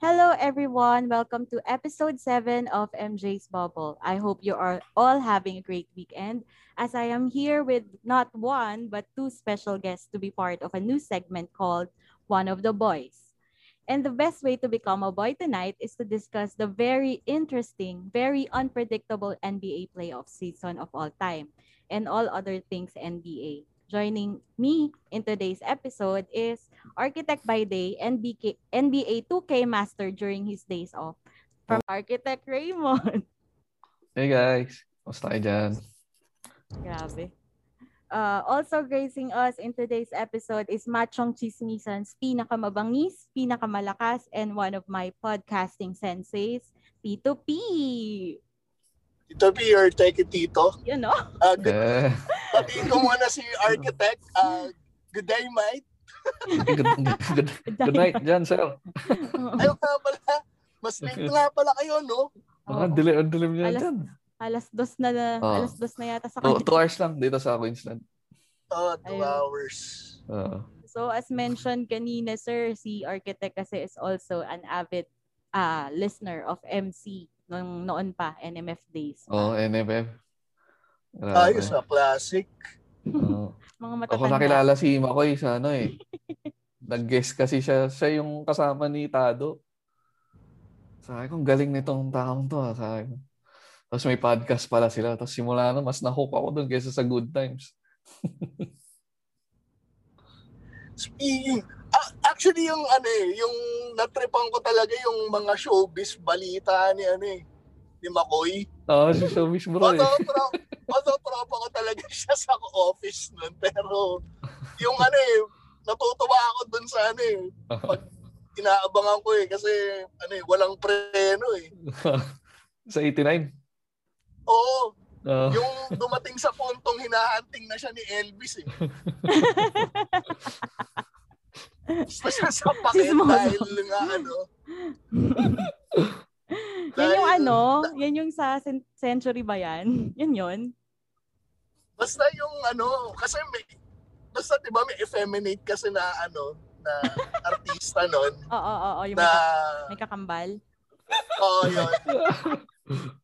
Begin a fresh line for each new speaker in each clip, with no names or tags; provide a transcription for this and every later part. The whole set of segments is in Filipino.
Hello, everyone. Welcome to episode 7 of MJ's Bubble. I hope you are all having a great weekend as I am here with not one but two special guests to be part of a new segment called One of the Boys. And the best way to become a boy tonight is to discuss the very interesting, very unpredictable NBA playoff season of all time and all other things NBA. Joining me in today's episode is architect by day and BK, NBA 2K master during his days off from architect Raymond.
Hey guys, kamusta kayo dyan?
Grabe. Uh, also gracing us in today's episode is Machong Chismisan's pinakamabangis, pinakamalakas, and one of my podcasting senseis, Tito P.
Tito P or Teki Tito.
You know?
Uh, good,
Eh,
patiin ko muna si Architect. Uh, good day, mate.
good, good, good night dyan, sir.
Ayaw ka pala. Mas late na pala kayo, no?
Oo.
Mga Ah, dilim ang dilim niya
Alas-
dyan.
alas dos na, na
Oo.
alas dos na yata sa
Oh, two
kanila.
hours lang dito sa Queensland. Ah,
Oh, two
Ayaw.
hours.
Oo.
So as mentioned kanina, sir, si Architect kasi is also an avid ah listener of MC nung noon pa, NMF days.
oh, NFF. Grabe.
Ayos ah. na classic.
Oo.
Mga
Ako
matatanda.
nakilala si Makoy sa ano eh. Nag-guest kasi siya. Siya yung kasama ni Tado. Sabi ko, "Ang galing nitong taong to. Ha. Sabi ko. Tapos may podcast pala sila. Tapos simula na, mas nahook ako doon kaysa sa Good Times.
Speaking, ah, actually yung ano eh, yung natripan ko talaga yung mga showbiz balita ni ano eh, ni Makoy.
Oo, si Showbiz Bro eh.
Although, tro- although tropa ko talaga siya sa office nun. Pero, yung ano eh, natutuwa ako dun sa ano eh. Pag inaabangan ko eh. Kasi, ano eh, walang preno eh.
sa Ah. 89.
Oo,
Oo.
yung dumating sa puntong hinahanting na siya ni Elvis eh. Gusto siya
Si
sa pakit
Smozo.
dahil nga ano.
yan yung
Dahil-
ano, yan yung sa cen- century ba yan? Yan yun?
Basta yung ano, kasi may, basta di ba may effeminate kasi na ano, na artista nun.
Oo, oo, oo. Yung may,
na,
ka- may kakambal.
oo yun.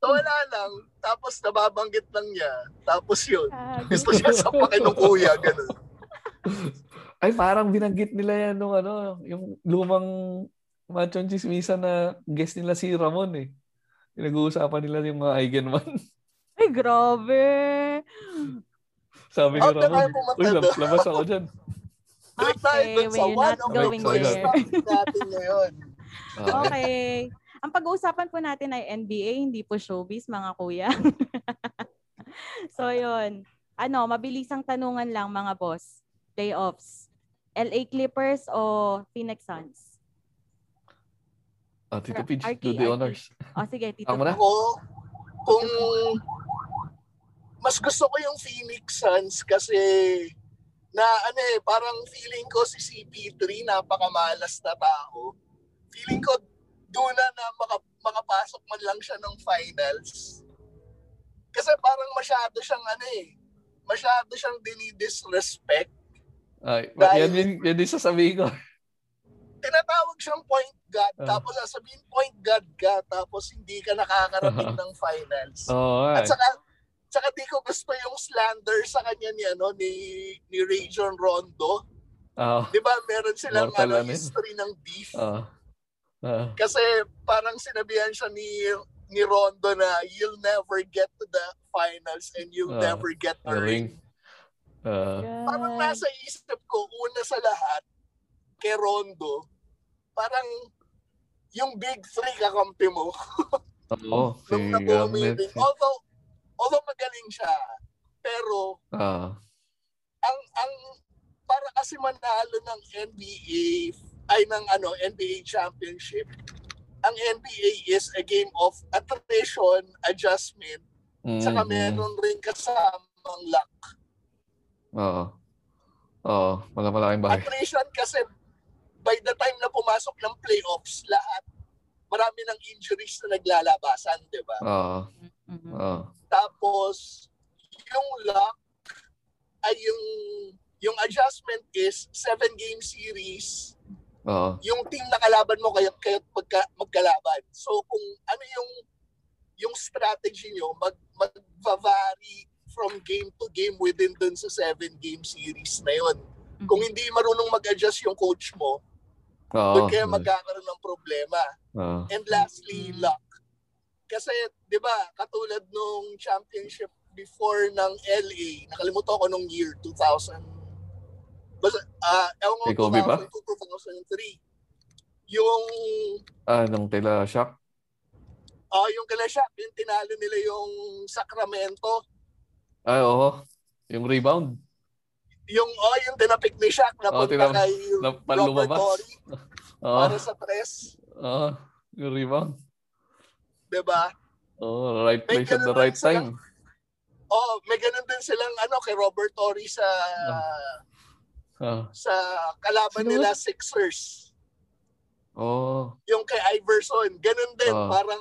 So, wala lang. Tapos nababanggit lang niya. Tapos yun.
Ah,
Gusto siya sa ng kuya, ganun.
Ay, parang binanggit nila yan nung ano, yung lumang machong chismisa na guest nila si Ramon eh. Pinag-uusapan nila yung mga Eigenman.
Ay, grabe.
Sabi ni
After
Ramon,
tayo pumunta
Uy,
doon.
lab- labas ako dyan.
Balik tayo
Okay,
dun sa
we're
one
not
of the
going
first
there.
topic natin ngayon.
Ah,
Okay. Ang pag-uusapan po natin ay NBA, hindi po showbiz, mga kuya. so, yun. Ano, mabilisang tanungan lang, mga boss. Playoffs. LA Clippers o Phoenix Suns?
Ah, Tito Pidge,
Arky,
do the
Arky.
honors.
O, sige, Tito.
Ako na?
Ako, kung mas gusto ko yung Phoenix Suns kasi na ano eh, parang feeling ko si CP3 napakamalas na tao. Feeling ko doon na na maka- makapasok man lang siya ng finals. Kasi parang masyado siyang ano eh, masyado siyang dinidisrespect.
Ay,
Dahil-
yan, yan, yan yung sasabihin ko.
Tinatawag siyang point guard,
Ah.
tapos sasabihin point guard ka, tapos hindi ka
Ah.
nakakarating ng finals.
Oo, ay.
At saka, saka di ko gusto yung slander sa kanya ni ano ni ni Rajon Rondo.
Oo,
'Di ba? Meron silang
Mortal Ah.
ano,
ano yun.
history ng beef.
oo. Oo.
Kasi parang sinabihan siya ni ni Rondo na you'll never get to the finals and you'll
Ah,
never get a
the ring. Ah,
ring.
Oo.
Parang
Ah.
nasa isip ko una sa lahat kay Rondo, parang yung big three kakampi mo.
Oo, oh, si
Nung
Ramnet.
nabumiling. Although, although magaling siya, pero
Oo.
ang ang para kasi manalo ng NBA ay ng ano NBA championship ang NBA is a game of attrition, adjustment,
mm-hmm.
saka meron rin kasamang luck.
Oo. Oo, wala malaking bagay.
Attrition kasi by the time na pumasok ng playoffs, lahat, marami ng injuries na naglalabasan, di ba?
Oo.
Mhm.
Oo.
Tapos, yung luck ay yung yung adjustment is seven game series
Oo.
yung team na kalaban mo kaya kaya magka, magkalaban so kung ano yung yung strategy nyo mag magva-vary from game to game within dun sa seven game series na yun kung hindi marunong mag-adjust yung coach mo
Oo.
doon kaya magkakaroon ng problema
Oo.
And lastly,
Mm.
luck. Kasi, di ba, katulad nung championship before ng LA, nakalimutan ko nung year 2000. Basta, ah, ewan ko,
Kay Kobe ba?
2002, 2003. Yung,
Ah, nung tila shock.
ah yung kala siya, yung tinalo nila yung Sacramento.
Ah, oo. Yung rebound.
Yung, oh, yung tinapik ni Shaq na
Oh,
punta
tinam-
kay
na Oh.
Robert
palumabas.
Torrey
Oo.
para sa press.
Oo. Yung rebound.
Di ba?
Oo, right
May
place at the
ganun
right
lang sila.
time.
Oh, may ganun din silang ano kay Robert Torrey sa
Ah,
sa kalaban
Sino ba?
nila Sixers.
Oo.
yung kay Iverson, ganun din,
Ah.
parang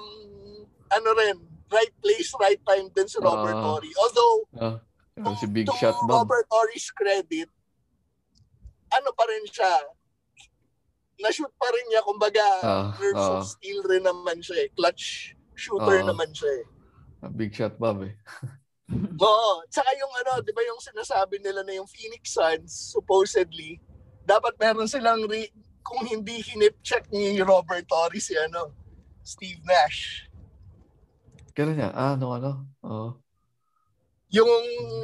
ano rin, right place, right time din si Robert
Ah.
Torrey. Although,
Ah,
to,
si Big
to
Shot doon.
Robert Torrey's credit, ano pa rin siya, na-shoot pa rin niya, kumbaga,
Ah,
nerves
ah.
of steel rin naman siya eh. Clutch shooter
Ah.
naman siya eh.
Big Shot Bob eh.
Oo. Tsaka yung ano, di ba yung sinasabi nila na yung Phoenix Suns, supposedly, dapat meron silang, re- kung hindi hinip-check ni Robert Torrey si ano, Steve Nash.
Kailan niya? Ah, no, ano? Oo.
Yung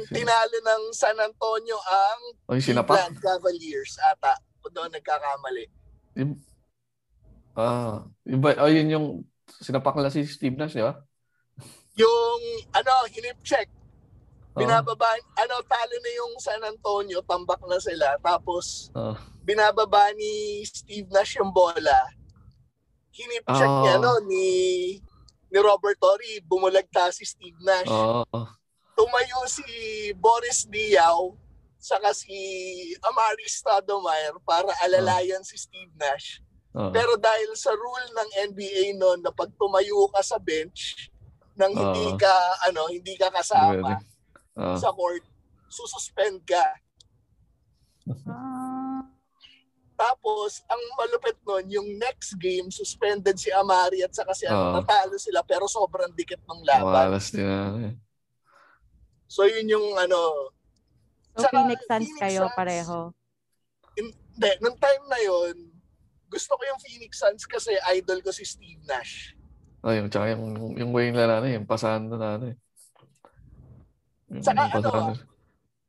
Sure.
tinalo ng San Antonio ang
Oh, yung sinapak.
Cleveland Cavaliers ata. Kung doon nagkakamali.
Yung, ah, yung ba, oh, yun yung sinapak nila si Steve Nash, di ba?
Yung ano, hinip check.
Oo.
Binababa, ano, talo na yung San Antonio, tambak na sila. Tapos,
Oo.
binababa ni Steve Nash yung bola. Hinip check
Ah.
niya, no, ni, ni Robert Torrey. Bumulagta si Steve Nash.
Oo.
Tumayo si Boris Diaw saka si Amari Stoudemire para alalayan si Steve Nash.
Oo.
Pero dahil sa rule ng NBA noon na pag tumayo ka sa bench nang hindi
Oo.
ka ano, hindi ka kasama
Oo.
sa court, sususpend ka.
Ah.
Tapos ang malupit noon, yung next game suspended si Amari at saka si ano,
Oo.
natalo sila pero sobrang dikit ng laban.
Malas din na. ano eh.
So yun yung ano,
So,
Tsaka
Phoenix Suns
Phoenix
kayo
Suns.
pareho.
hindi, nung time na yon gusto ko yung Phoenix Suns kasi idol ko si Steve Nash.
Oh, yung, tsaka yung, yung way nila na ano eh, yung pasahan na na ano eh. Yung,
Tsaka
yung pasahan
ano,
nila.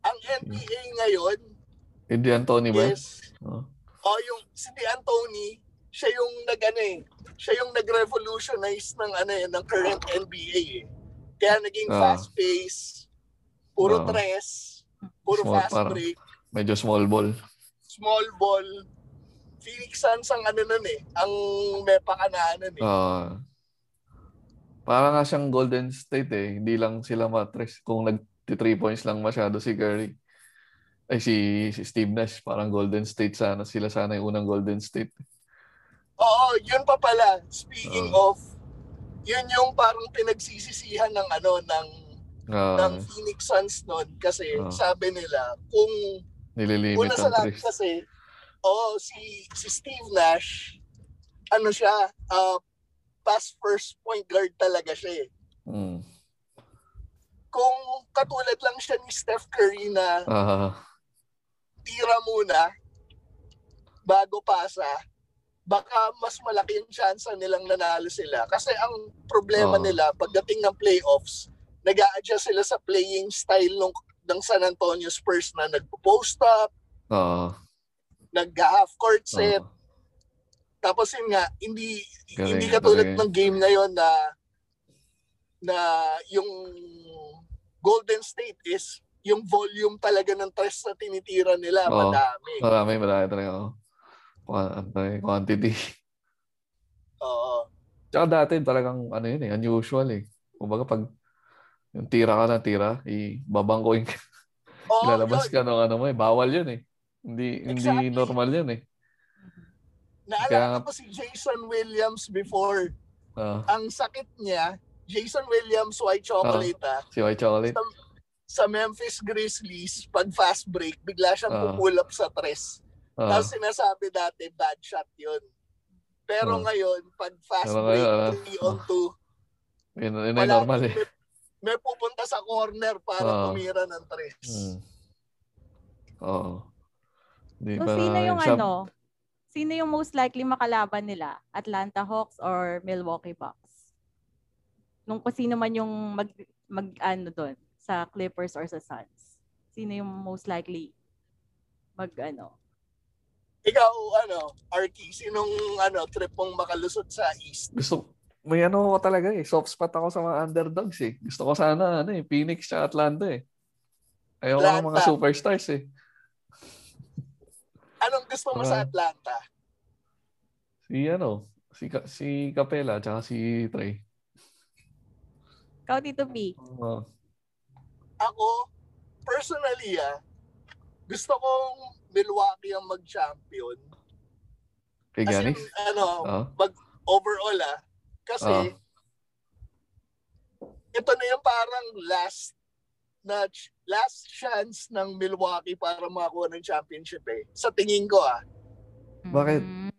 Ang NBA ngayon,
Eh, di Anthony ba? yun?
yes,
Oo.
Oh, yung si Di Anthony, siya yung nag ano eh, siya yung nag-revolutionize ng ano eh, ng current NBA eh. Kaya naging
Ah.
fast pace, puro
Ah.
tres, puro
Small,
fast
parang-
break,
Medyo small ball.
small ball. Phoenix Suns ang ano nun eh, ang may pakanaanan eh.
Ah. Para nga siyang Golden State eh. Hindi lang sila matres. Kung nag-3 points lang masyado si Curry. Ay, si, si Steve Nash. Parang Golden State sana. Sila sana yung unang Golden State.
Oo, yun pa pala. Speaking
Ah.
of, yun yung parang pinagsisisihan ng ano ng ng
Ah,
Phoenix Suns noon kasi
Ah.
sabi nila kung
nililimit
Una sa
ang
lahat
tres.
kasi, oo, si, si Steve Nash, ano siya, uh, pass first point guard talaga siya
Mm.
eh. Kung katulad lang siya ni Steph Curry na
Ah,
tira muna bago pasa, baka mas malaki yung chance nilang nanalo sila. Kasi ang problema
Oo.
nila pagdating ng playoffs, nag adjust sila sa playing style ng, ng San Antonio Spurs na nagpo-post up,
ah,
nag-half court set,
ah.
Tapos yun nga, hindi
Galing,
hindi katulad
galing.
ng game ngayon na na yung Golden State is yung volume talaga ng tres na tinitira nila
Oo.
madami.
Marami, marami talaga. Oh. Qua- ano eh, Quantity.
Oo.
Tsaka dati talagang ano yun eh, unusual eh. Kumbaga pag yung tira ka na tira, ibabangkoin ka,
Oo,
ilalabas
yun.
ka ng ano mo eh. Bawal yun eh. Hindi,
Exactly.
hindi normal yun eh. Kaya-
Naalala ko si Jason Williams before.
Ah,
Ang sakit niya, Jason Williams white chocolate ah.
si White Chocolate.
Sa, sa Memphis Grizzlies, pag fast break, bigla siyang
Ah.
pupulap sa tres.
Ah,
Tapos sinasabi dati, bad shot yun.
Ah.
Pero ngayon, pag fast
Pero
break,
ngayon, ah.
3 on 2,
yun, yun ay
wala.
normal eh.
may pupunta sa corner para
Ah.
tumira ng tres.
Hmm. Oo.
So,
Di ba
sino
na-
yung
sa-
ano? Sino yung most likely makalaban nila? Atlanta Hawks or Milwaukee Bucks? Nung kung sino man yung mag, mag ano doon sa Clippers or sa Suns. Sino yung most likely mag ano?
Ikaw, ano, Arky, sinong ano, trip mong makalusot sa East?
Gusto, may ano ako talaga eh. Soft spot ako sa mga underdogs eh. Gusto ko sana ano eh, Phoenix at Atlanta eh. Ayoko ng mga
Atlanta.
superstars eh.
Anong gusto mo
Ah.
sa Atlanta?
Si ano, si, Ka- si Capela at si Trey.
Ikaw, Tito P.
Oo.
Ako, personally ah, gusto kong Milwaukee ang mag-champion.
kay
As in,
Giannis.
ano,
Oo.
overall ah. Kasi,
Ah.
ito na yung parang last na ch- last chance ng Milwaukee para makakuha ng championship eh. Sa tingin ko ah.
Bakit?
Mm.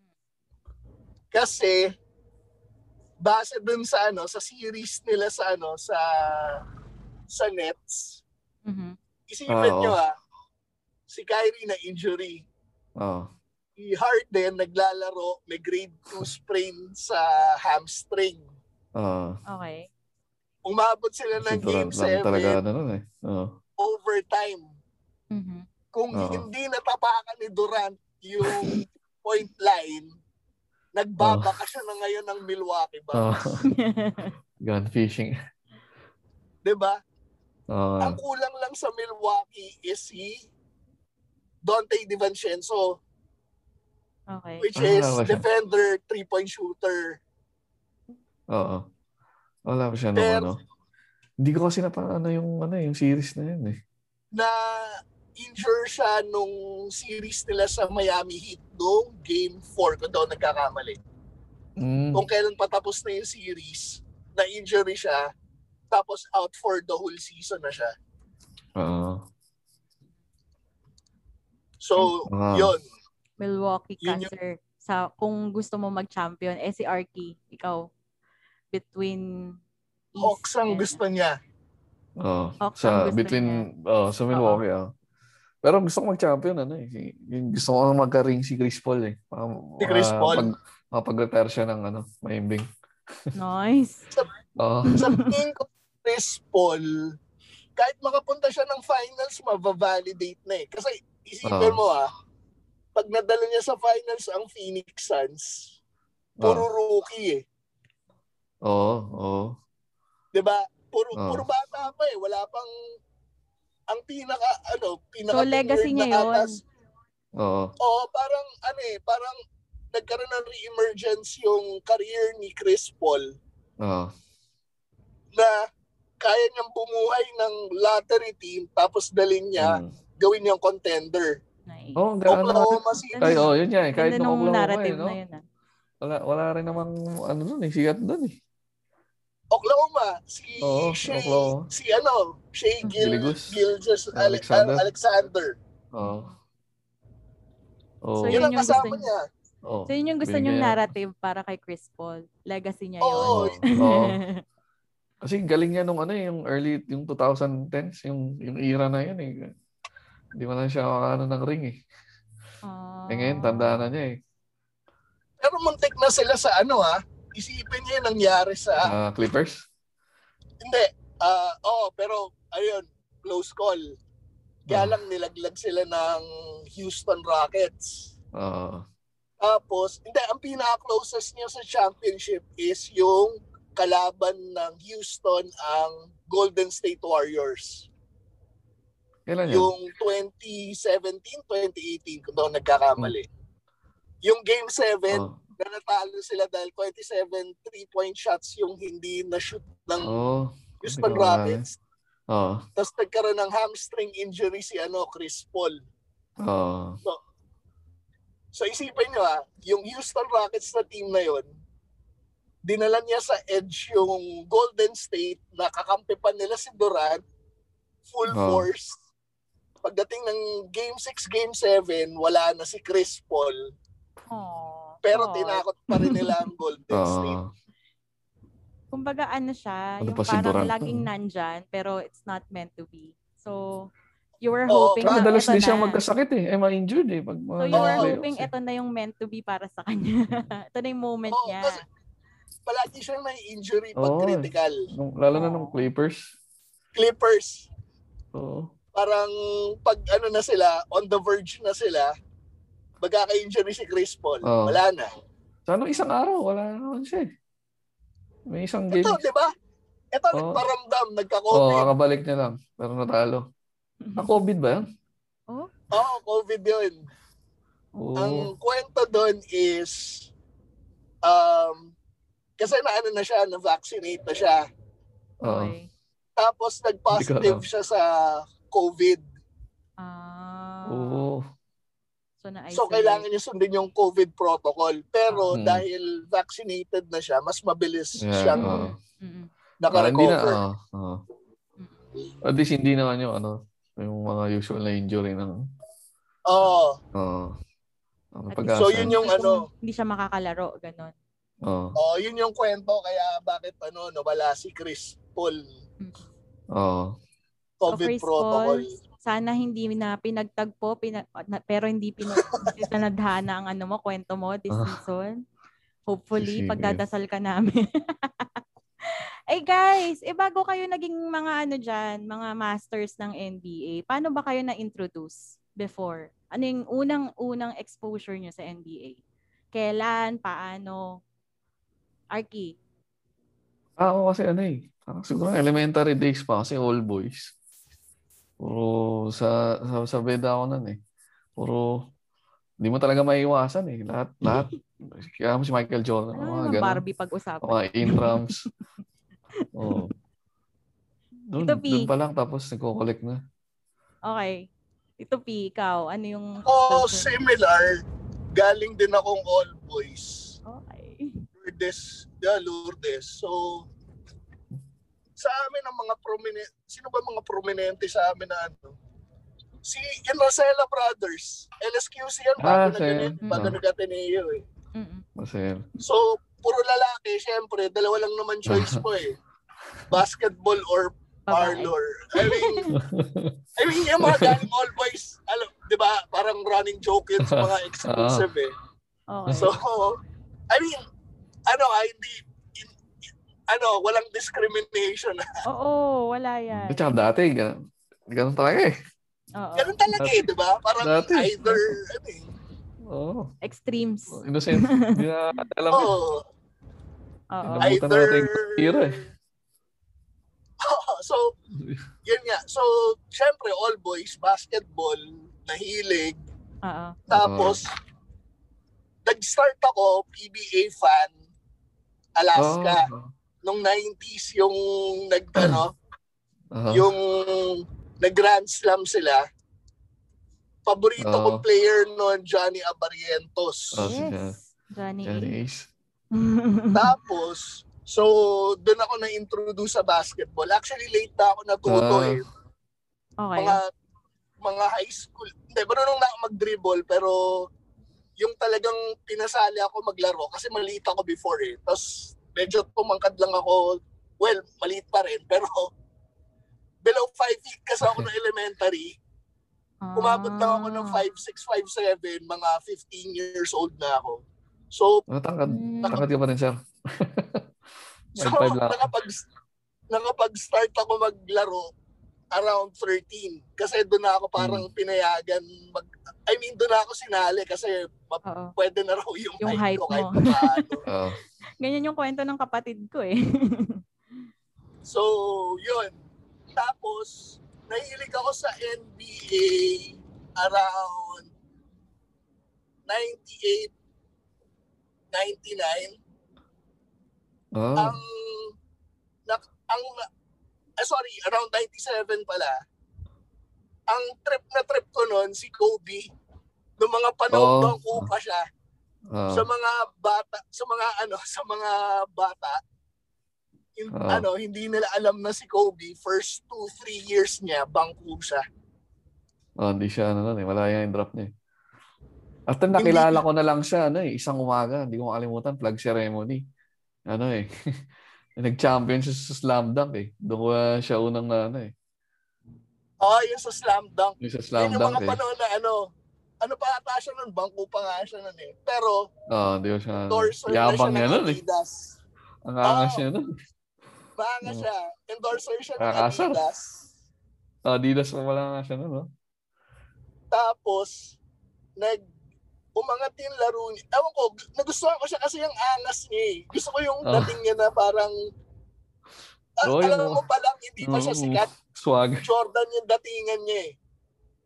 Kasi, base dun sa ano, sa series nila sa ano, sa sa Nets,
Mhm.
isipin
Ah, oo.
nyo ah, si Kyrie na injury.
Oo.
Si Harden naglalaro, may grade 2 sprain sa hamstring.
Oo.
Okay.
Umabot sila ng
Si
game
Durant lang
7
talaga ano nun eh. Oo.
overtime.
Mhm.
Kung
Oo.
hindi natapakan ni Durant yung point line, nagbabaka siya na ngayon ng Milwaukee
Oo.
Bucks.
Gun fishing.
'Di ba?
Oo. nga.
Diba? Ang kulang lang sa Milwaukee is si Dante DiVincenzo,
okay.
which
Ah,
is
wala siya.
defender, three-point shooter.
Oo. Wala pa siya nung ano.
Pero-
Hindi ko kasi napaano yung ano eh, yung series na yun eh.
na injure siya nung series nila sa Miami Heat noong game 4 kung daw nagkakamali.
Hmm. Mm.
Kung kailan patapos na yung series, na injury siya, tapos out for the whole season na siya.
Oo.
So,
Ah.
yun.
Milwaukee ka,
Yun yung-
sir. Sa, kung gusto mo mag-champion, eh si Arky, ikaw, between East
Hawks ang
and-
gusto niya.
Oo.
Hawks ang gusto
Sa
niya.
between oh, sa Milwaukee ah. Pero gusto ko mag-champion ano eh. Si- Yung gusto ko magka-ring si Chris Paul eh. Pa,
Si Chris Paul.
Pag, mapag-retire siya ng ano, maimbing.
Nice.
Oo.
Sa tingin ko, Chris Paul, kahit makapunta siya ng finals, mabavalidate na eh. Kasi isipin
Ah.
mo ah, pag nadala niya sa finals ang Phoenix Suns,
Oo.
puro
Ah.
rookie eh.
Oo. Oo.
'di ba? Diba? Puro
Oo.
puro bata pa eh, wala pang ang pinaka ano, pinaka
So, legacy
tenured
niya
na
yun.
atas.
Oo.
Oo, parang ano eh, parang nagkaroon ng re-emergence yung career ni Chris Paul
Oo.
na kaya niyang bumuhay ng lottery team tapos dalhin niya
Mm.
gawin niyang contender.
Nice.
Oo,
Oh,
ang gaano.
Oklahoma City.
ano Ay, oh, yun yan. Kahit
Ganda
nung
nung
Oklahoma
narrative
eh, no?
na yun. Ah.
Wala, wala rin namang ano nun eh. Sikat dun eh.
Oklahoma si
Oo,
Shea,
Oklahoma.
si ano, Shea Gil,
Gilgeous.
Gilgeous
Alexander.
Alexander. Alexander.
Oo. Oo.
So,
Yun
yun
ang
yung gusto
kasama
niya.
niya.
Oo.
So, yun yung gusto
Binigyan
niyong
niya.
narrative para kay Chris Paul. Legacy niya yun.
Oo.
Oo.
Oo. Kasi galing niya nung ano eh, yung early, yung 2010s, yung, yung era na yun eh. Hindi mo na siya makakano ng ring eh.
Ah.
Eh ngayon, tanda na niya eh.
Pero muntik na sila sa ano ah. Isipin niyo yung nangyari sa...
Ah, Clippers?
Hindi. Ah, oo, pero ayun, close call. Kaya
Ah.
lang nilaglag sila ng Houston Rockets.
Oo.
Tapos, hindi, ang pinaka-closest niya sa championship is yung kalaban ng Houston ang Golden State Warriors.
Kailan yun?
Yung 2017-2018, kung daw nagkakamali. Yung Game 7,
Oo.
na natalo sila dahil 27 three-point shots yung hindi na-shoot ng
Oo. hindi
Houston
ko alam.
Rockets.
Oo.
Tapos nagkaroon ng hamstring injury si ano Chris Paul.
Oo.
So isipin nyo ah, yung Houston Rockets na team na yon, dinala niya sa edge yung Golden State na kakampi pa nila si Durant, full
Oo.
force. Pagdating ng Game 6, Game 7, wala na si Chris Paul.
Aw,
Pero
God.
tinakot pa rin nila ang Golden
Oo.
State.
Kumbaga ano siya,
Ano
yung
pa si
parang
Durant?
laging nandyan, pero it's not meant to be. So, you were
Oo,
hoping
Pero
na
Madalas
eto
din siya
na.
magkasakit eh. Eh, ma-injured eh. Pag mga eh.
So, you were
Oo.
hoping ito na yung meant to be para sa kanya. ito na yung moment
Oo,
niya.
kasi palagi siyang may injury pag
Oo.
critical.
Nung, lalo na nung
Oo.
Ah.
Clippers.
Clippers,
Oo.
parang pag ano na sila, on the verge na sila, magkaka-injury si Chris Paul.
Oo.
Wala na.
Sa ano, isang araw, wala na naman siya eh. May isang game.
Ito, di ba? Ito,
Oo.
nagparamdam,
Oo, oh,
nagka-COVID.
kakabalik niya lang. Pero natalo. Na COVID ba yan? Oh.
Oo, COVID yun.
Oo.
Ang kwento doon is, um, kasi na ano na siya, na-vaccinate na siya.
Oo.
Okay.
Tapos nag-positive
Hindi
siya sa COVID.
Ah.
Oo.
So, na
So, kailangan niya sundin yung COVID protocol. Pero
Hmm.
dahil vaccinated na siya, mas mabilis
Yeah,
siyang
oo. Ah, hindi na,
nakarecover.
oo. oo. At least hindi naman yung ano, yung mga usual na injury ng
Oo.
oo. Ang
At
pag-asa.
least-
So, yun yung ano,
Hindi siya makakalaro, ganun.
Oo.
oh, yun yung kwento. Kaya bakit ano, nawala si Chris Paul.
Oo. Oh,
COVID
Chris
protocol.
Sana hindi na pinagtagpo, pina- na- pero hindi pina- pinadhana ang ano mo, kwento mo this
Ah.
season. Hopefully,
Sisingit.
pagdadasal ka namin. Ay guys, eh bago kayo naging mga ano dyan, mga masters ng NBA, paano ba kayo na-introduce before? Ano yung unang-unang exposure nyo sa NBA? Kailan? Paano? Arky?
Ah, ako kasi ano eh. Parang siguro elementary days pa kasi all boys. Puro sa sa, sa beda ako nun eh. Puro hindi mo talaga maiiwasan eh. Lahat, lahat. Kaya mo si Michael Jordan.
Ano
mga
naman
ganun.
Barbie pag-usapan?
Mga intrams. Oo. Doon,
Ito, P.
doon pa lang tapos nagko-collect na.
Okay. Ito, P, ikaw. Ano yung...
Oh, similar. Galing din akong all boys.
Okay.
Lourdes, the Lourdes. So, sa amin ang mga prominent, sino ba mga prominente sa amin na ano? Si Enracela Brothers, LSQC yan,
Ah,
bago
sir.
nag bago
Mm.
nag-Ateneo eh.
Mm-mm.
Marcel.
So, puro lalaki, syempre, dalawa lang naman choice mo eh. Basketball or
Babae.
parlor. I mean, I mean, yung mga galing all boys, alam, di ba, parang running joke yun sa mga exclusive eh.
Okay.
So, I mean, ano, ah, hindi, in- in- ano, walang discrimination.
Oo, wala yan.
At saka Eh, dati, ganun, ganun talaga eh.
Oo.
Ganun talaga eh, di ba? Parang
Dati.
either, ano eh.
Oo.
Extremes.
Innocent. Hindi na alam eh.
Oo.
Oo.
Ay, Nabutan
either...
natin yung tira eh.
Oo, so, yun nga. So, syempre, all boys, basketball, nahilig.
Oo.
Tapos,
Ah.
nag-start ako, PBA fan, Alaska.
Oo.
Nung 90s yung nag, ano,
Oo.
yung nag-grand slam sila, paborito
Oo.
kong player noon, Johnny Abarientos.
Oh.
Oo. si Jan.
Yes. Johnny.
Oh, Johnny Ace.
Mm-hmm.
Tapos, so, doon ako na-introduce sa basketball. Actually, late na ako natuto
Ah.
eh.
okay.
Mga, mga high school. Hindi, marunong na ako mag-dribble, pero yung talagang pinasali ako maglaro kasi maliit ako before eh. Tapos, medyo tumangkad lang ako. Well, maliit pa rin, pero below 5 feet kasi ako ng elementary.
Ah.
Umabot lang ako ng 5'6", 5'7", mga 15 years old na ako. So,
Ano, tangkad?
Mm.
Tangkad ka pa rin, sir.
so
5'5" lang.
nakapag, nakapag-start ako maglaro around 13. Kasi doon na ako parang pinayagan. Mag, I mean, doon na ako sinali kasi ma-
Oo.
pwede na raw yung,
Yung
height
height
ko kahit
mo.
paano.
Oo.
Ganyan yung kwento ng kapatid ko eh.
so, yun. Tapos, nahilig ako sa NBA around 98 99.
Oh.
Ang, na, ang, ah, sorry, around 97 pala. Ang trip na trip ko noon, si Kobe, noong mga
Oo.
panahon oh. pa siya,
oh.
sa mga bata, sa mga ano, sa mga bata, hin-
Oo.
ano, hindi nila alam na si Kobe, first two, three years niya, bangko siya.
Oh, hindi siya ano nun eh. Malaya yung drop niya eh. At then, nakilala ko na lang siya ano eh. Isang umaga. Hindi ko makalimutan. Flag ceremony. Ano eh. Nag-champion siya sa slam dunk eh. Doon ko ah, siya unang na ano eh.
Oh, yung sa slam dunk.
Yung sa slam
Yun yung
dunk
mga
eh.
panahon na ano, ano pa ata siya nun, bangko pa nga siya nun eh. Pero,
Oh, hindi ko siya.
endorser na Oh. siya
Yabang
ng
niya nun eh.
Adidas.
Ang angas
Oo.
niya nun.
Maanga
Oo.
siya. Endorser siya ng
Kakasar.
Adidas.
Oh, Adidas pa wala nga siya nun. Oh.
Tapos, nag, umangat yung laro niya. Ewan ko, gu- nagustuhan ko siya kasi yung angas niya eh. Gusto ko yung
Oo.
dating niya na parang, ah,
Oo,
alam
Oh, yung- Mm.
mo pa lang, hindi pa siya
Oo.
sikat.
Swag.
Jordan yung datingan niya eh.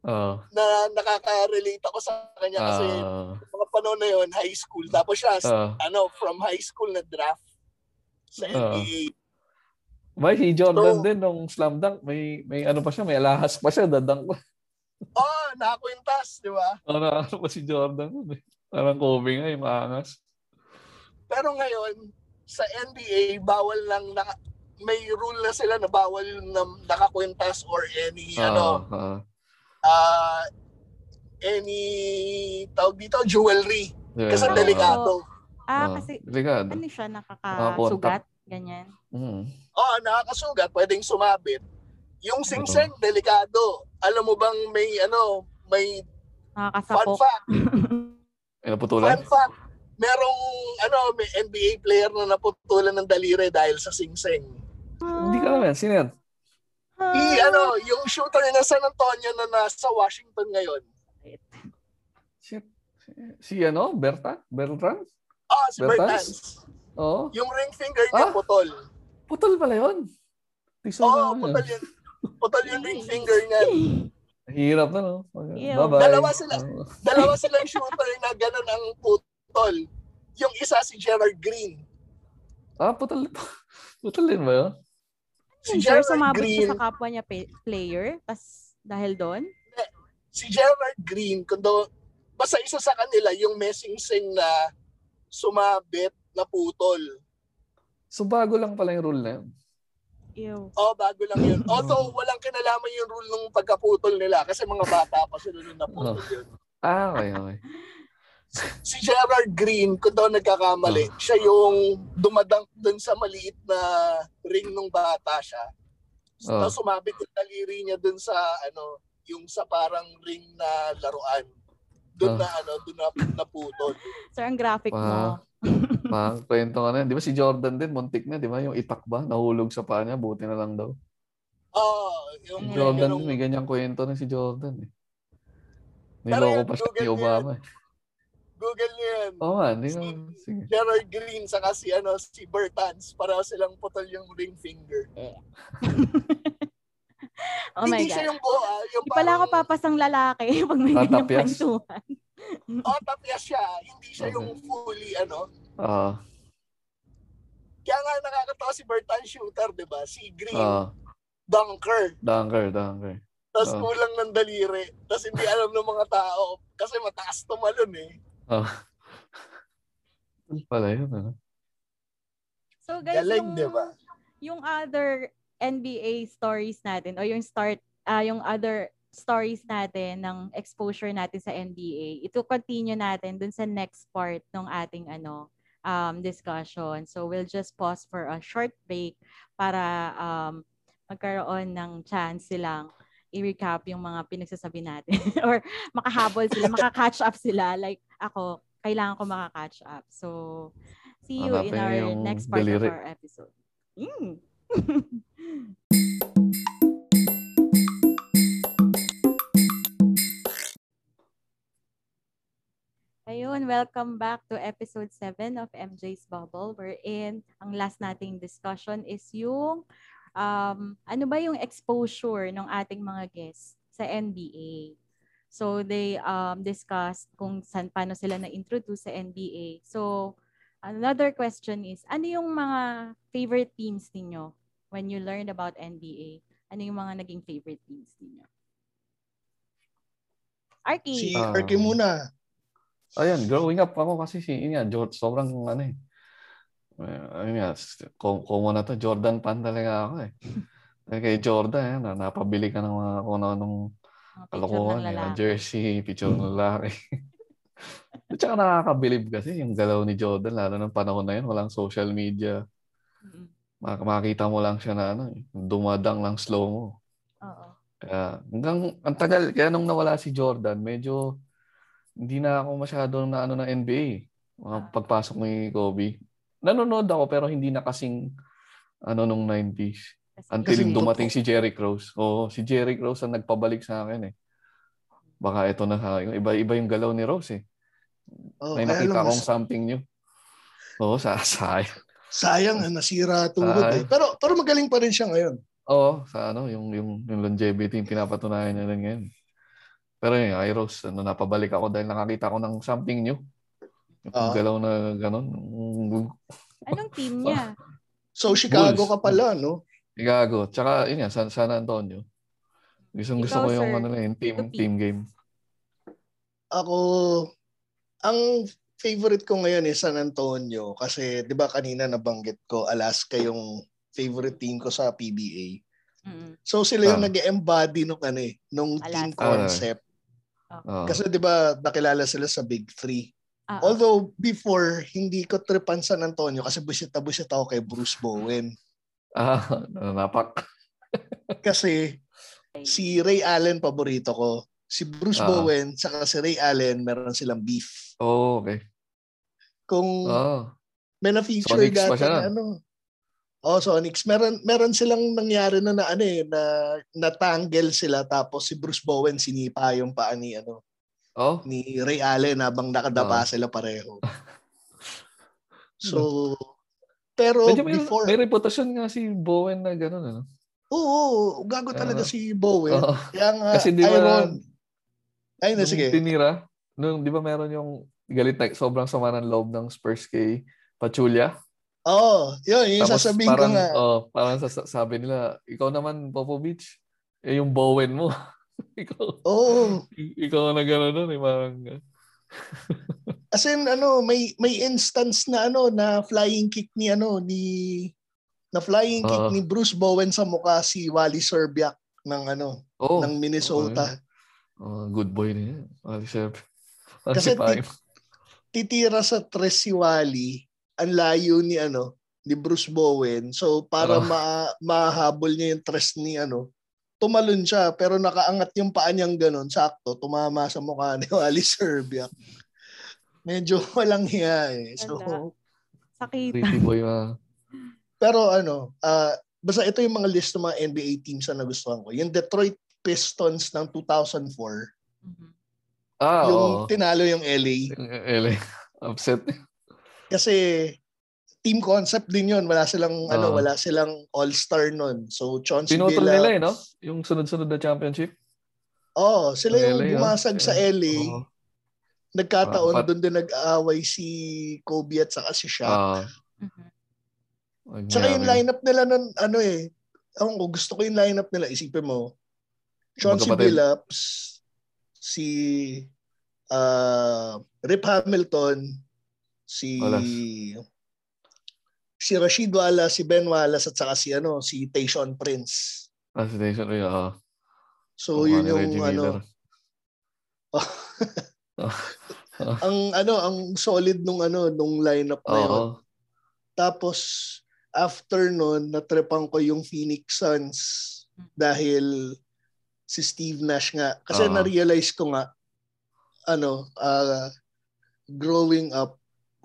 Oh.
Na nakaka-relate ako sa kanya kasi
Ah.
mga panahon na yun, high school. Tapos siya,
Ah.
ano, from high school na draft sa
Oo.
NBA.
May si Jordan
So-
din nung slam dunk, may may ano pa siya, may alahas pa siya, dadang pa.
Oh, nakakwintas, di ba?
Ano, ano pa si Jordan nun eh. Parang Kobe nga, yung maangas.
Pero ngayon, sa NBA, bawal lang naka, may rule na sila na bawal na nakakwintas or any ano
ah,
ah, any tawag dito jewelry
yeah,
kasi
ah,
delikado.
delikado.
Ah,
ah,
kasi
delikado.
ano siya, nakakasugat,
Nakakontact.
ganyan.
Mm.
Oh, nakakasugat, pwedeng sumabit. Yung singseng delikado. Alam mo bang may ano, may fun
Nakakasapok.
fact,
Ay, naputulan?
fun fact. Merong ano, may NBA player na naputulan ng daliri dahil sa singseng.
Hindi ka naman, sino yan?
Ah,
I, ano, yung shooter na San Antonio na nasa Washington ngayon.
Si, si ano, Berta? Bertrand?
Ah, si
Bertans?
Bertans.
Oo.
Yung ring finger niya
Ah?
putol.
Putol pala yun. Tiso
Oo,
na
oh,
yun.
putol yun. Putol yung ring finger niya.
Hirap na, no?
Ew.
Bye-bye.
Dalawa sila.
Oo.
Dalawa silang shooter na ganun ang putol. Yung isa si Gerald Green.
Ah, putol. Putol din ba yun?
sure,
Si Gerald
sumabot
Green.
siya sa kapwa niya pe- player, tas dahil doon,
Si Gerald Green, kundo, basta isa sa kanila yung messing sing na sumabit na putol.
So, bago lang pala yung rule na yun.
ew.
Oh, bago lang yun. Although, walang kinalaman yung rule ng pagkaputol nila kasi mga bata pa sila nung naputol yun.
Ah, okay, okay.
si Gerard Green, kung daw nagkakamali, siya yung dumadang dun sa maliit na ring nung bata siya.
Oh.
Tapos sumabit yung daliri niya dun sa ano, yung sa parang ring na laruan.
Oh.
Dun na ano, dun na naputol.
Sir, ang graphic
Wow.
mo.
Mga kwento ka na. yun. Di ba si Jordan din, muntik na, di ba? Yung itak ba? Nahulog sa paa niya, buti na lang daw.
Oh, yung
Mm.
Si Jordan
yung-
din, may ganyang kwento na si Jordan eh.
Pero
Niloko
yun,
pa siya ni
Google
Obama eh.
Google niyo yan.
Oo nga, hindi naman. Sige.
Gerard Green saka si ano si Bertans para silang putol yung ring finger.
Oh my
Hindi
God.
siya yung buo, ah, yung
Di pala ako
parang-
papasang lalaki pag may ganyang
Tatapyas.
kwentuhan.
Oh, tapya siya. Hindi siya
Okay.
yung fully ano,
Ah,
Kaya nga nakakatawa si Bertan Shooter, di ba? Si Green,
ah,
dunker.
dunker, dunker.
Tapos
Oo.
kulang ng daliri. Tapos hindi alam ng mga tao. Kasi mataas tumalon eh.
Ano Ah. Pala yun, ano?
So Oh, guys,
Galing,
yung,
di ba?
yung other NBA stories natin o yung start ah yung other stories natin ng exposure natin sa NBA, ito continue natin dun sa next part ng ating ano um, discussion. So we'll just pause for a short break para um, magkaroon ng chance silang i-recap yung mga pinagsasabi natin or makahabol sila, maka-catch up sila. Like ako, kailangan ko maka-catch up. So, see you in
Hanapin
our
yung
next part
daliri.
of our episode. Mm. Ayun, welcome back to episode 7 of MJ's Bubble wherein ang last nating discussion is yung um, ano ba yung exposure ng ating mga guests sa NBA. So they um, discussed kung saan paano sila na-introduce sa NBA. So Another question is, ano yung mga favorite teams ninyo when you learned about NBA? Ano yung mga naging favorite teams ninyo?
Si
Arky,
Ah.
Arky muna.
Ayan, growing up ako kasi si yun nga, Jordan, sobrang ano eh. Eh, Ayun nga, s- ko- common na to. Jordan fan talaga ako eh. Dahil Kay Jordan, eh, na, napabili ka ng mga kung anong
mga picture ng
kalokohan. eh,
lalaki. Hmm.
jersey, picture ng lalaki. At saka nakakabilib kasi yung galaw ni Jordan, lalo ng panahon na yun, walang social media.
Mm,
Mak- Makita mo lang siya na ano, eh, dumadang lang slow mo.
Oo.
Kaya hanggang ang tagal, kaya nung nawala si Jordan, medyo hindi na ako masyado na ano ng NBA. Mga
Ah.
pagpasok ni Kobe. Nanonood ako pero hindi na kasing ano nung 90s.
Kasi-
Until
Kasing
dumating
totoo.
si Jerry Krause. Oo, si Jerry Krause ang nagpabalik sa akin eh. Baka ito na sa akin. Iba-iba yung galaw ni Rose eh.
Oh,
May
kaya
nakita
lang,
akong something new. Oo, sa sayang.
sayang ah, nasira tuhod
Ah.
eh. Pero, pero magaling pa rin siya ngayon.
Oo, sa ano, yung, yung, yung longevity, yung pinapatunayan niya rin ngayon. Pero yun, ay Rose, ano, napabalik ako dahil nakakita ko ng something new. Yung
Ah.
galaw na Mm, gano'n. Yung
Anong team niya?
So Chicago
Bulls.
ka pala, no?
Igago. Tsaka, yun nga, San, San Antonio. Gusto, gusto
Ikaw,
ko yung,
sir.
ano na yun, team,
Tupi.
team game.
Ako, ang favorite ko ngayon is San Antonio kasi 'di ba kanina nabanggit ko Alaska yung favorite team ko sa PBA.
Mm,
So sila yung
Ah.
nag-embody nung ano eh, nung team
Alaska.
concept.
Oo.
Kasi 'di ba nakilala sila sa Big Three.
ah, ah.
Although before hindi ko tripan San Antonio kasi busit-busit ako kay Bruce Bowen.
ah, nanapak.
Kasi si Ray Allen paborito ko. Si Bruce
Ah.
Bowen saka si Ray Allen meron silang beef.
Oo, Oh, okay.
Kung
Oo.
may na-feature
Ah. Sonics pa
dati
siya
na
nun?
ano. Oh, Sonics. Meron, meron silang nangyari na na ano eh, na natangle sila tapos si Bruce Bowen sinipa yung paa ni, ano,
Oo.
ni Ray Allen habang nakadapa
Oo.
sila pareho. So, pero
Medyo may,
before,
may reputasyon nga si Bowen na gano'n, ano?
oo, oo, gago talaga
Ah.
si Bowen.
Oo.
Kaya nga,
Kasi di ba-
iron. Ay, na,
Nung
sige.
tinira, nung, di ba meron yung galit na, sobrang sama ng loob ng Spurs kay Pachulia?
Oo, yun, yung
Tapos
sasabihin
parang,
ko nga.
oh, parang sasa- sabi nila, ikaw naman, Popovich, eh, yung Bowen mo. ikaw,
Oo.
ikaw na gano'n nun, eh, parang,
As in, ano, may may instance na ano na flying kick ni ano ni na flying kick
Oo.
ni Bruce Bowen sa mukha si Wally Serbiak ng ano
oh,
ng Minnesota.
oh, good boy na yan. Ali Shep.
Kasi
Kasi time.
Titira sa tres si Wally, ang layo ni ano ni Bruce Bowen. So para
Oo.
ma mahabol niya yung tres ni ano, tumalon siya pero nakaangat yung paa niyang ganun, sakto tumama sa mukha ni Wally Serbiak. Medyo walang hiya eh. So
Wala. Sakit.
Pretty boy na.
Pero ano, ah, basta ito yung mga list ng mga NBA teams na nagustuhan ko. Yung Detroit Pistons ng 2004,
Mhm.
Ah, oo.
yung tinalo yung LA.
Yung LA. Upset.
Kasi team concept din yun. Wala silang, ano,
Oo.
wala silang all-star nun. So, Chauncey
Pinutol
Villa.
nila eh, no? Yung sunod-sunod na championship.
Oo, sila yung
LA, ah.
bumasag sa LA.
Oo.
Nagkataon,
Pat-
doon din nag-aaway si Kobe at saka si Shaq.
Ah,
Mhm.
ang
Tsaka yung
nangyari.
lineup nila nun, ano eh, ewan ko, gusto ko yung lineup nila. Isipin mo, Chauncey
Magkapatid.
Billups, si ah, Rip Hamilton, si
Wallace.
si Rashid Wallace, si Ben Wallace, at saka si, ano, si Tayshaun Prince.
Ah, si Tyson, Uy, oo.
So,
Mukha
yun
ni
yung,
Reggie
ano,
Miller.
ang, ano, ang solid nung, ano, nung lineup na yun.
Oo.
Tapos, after nun, natrepang ko yung Phoenix Suns dahil si Steve Nash nga. Kasi
Oo.
na-realize ko nga, ano, ah, growing up,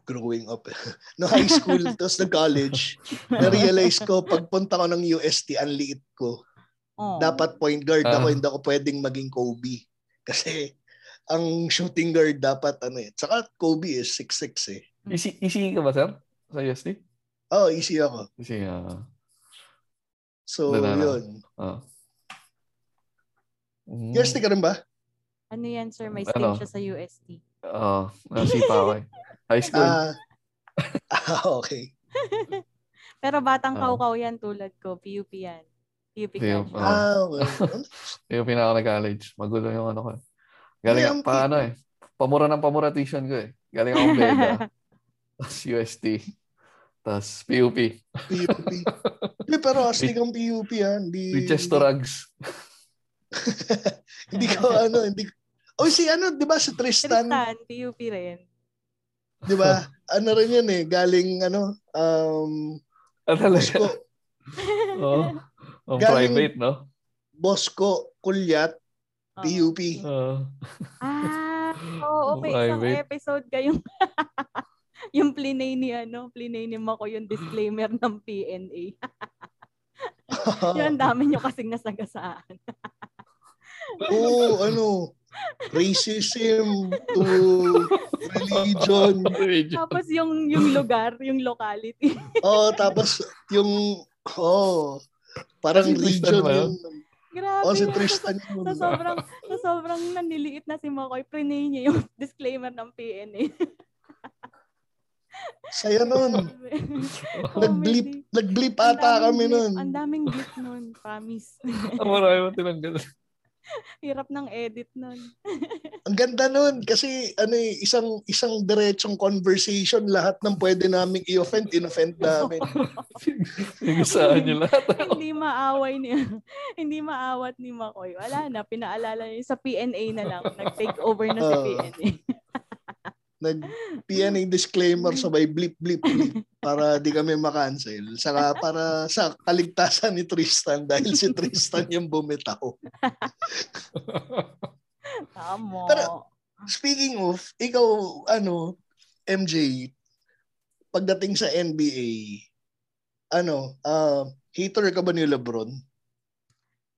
growing up, no high school, tapos na college, na-realize ko, pagpunta ko ng UST, ang liit ko.
Oh.
Dapat point guard ako,
Ah.
hindi ako pwedeng maging Kobe. Kasi, ang shooting guard dapat ano eh. Tsaka Kobe is 6'6 eh.
Isi, isi ka ba, sir? Sa USD?
Oh, easy ako.
Isi, ah.
So,
Nanalo.
yun.
ah. Mm,
UST ka rin ba?
Ano yan, sir? May
Ano? Ah,
stage siya sa UST.
Oo. nasipa ako eh. High school.
Ah, Ah, okay.
Pero batang
Oo.
kaukaw yan tulad ko. PUP yan. PUP
PUP,
graduate.
oo.
Ah, okay.
Yung pinaka-college. Magulo yung ano ko. Galing
Hindi,
ako,
ang-
paano eh. Pamura ng pamura tuition ko eh. Galing ako Beda. Tapos UST. Tapos PUP.
PUP. Hindi, pero astig ang PUP ha. ah. Hindi,
Riches to rags.
hindi ko ano, hindi Oh, si ano, 'di ba si Tristan,
Tristan, PUP rin.
'di ba? Ano rin 'yun eh, galing ano, um
Ah, talaga.
Bosco,
Oo. Oh. Ang
Galing-
private, no?
Bosco Kulyat,
Oo.
PUP.
Oo.
Ah, oo, may isang
Private.
episode kayong yung plinay ni ano, plinay ni Mako yung disclaimer ng PNA. yun, ang dami nyo kasing nasagasaan.
Oo, ano, racism to religion.
Tapos yung yung lugar, yung locality.
Oh, tapos yung oh, parang
Si Tristan
region
ba yun?
yun.
Grabe.
Oh, si
yun.
Tristan yun.
Sa sobrang, sa sobrang naniliit na si Makoy, plinay niya yung disclaimer ng PNA.
Saya nun. Nag-blip,
Comedy.
nag-blip
Oh, Ang daming
ata kami
blip.
nun.
Ang daming blip nun, promise.
Ang marami mo tinanggal.
Hirap ng edit nun.
Ang ganda nun kasi ano eh, isang isang diretsong conversation lahat ng pwede naming i-offend, in-offend namin.
Nagusahan niyo lahat.
hindi maaway ni hindi maawat ni Makoy. Wala na, pinaalala niya sa PNA na lang. Nag-take over na si
Oo.
PNA.
Nag PNA disclaimer sabay blip blip blip para di kami makancel. Saka para sa kaligtasan ni Tristan dahil si Tristan yung bumitaw.
Tamo.
Pero- Speaking of, ikaw ano, MJ, pagdating sa NBA, ano, ah, hater ka ba ni LeBron?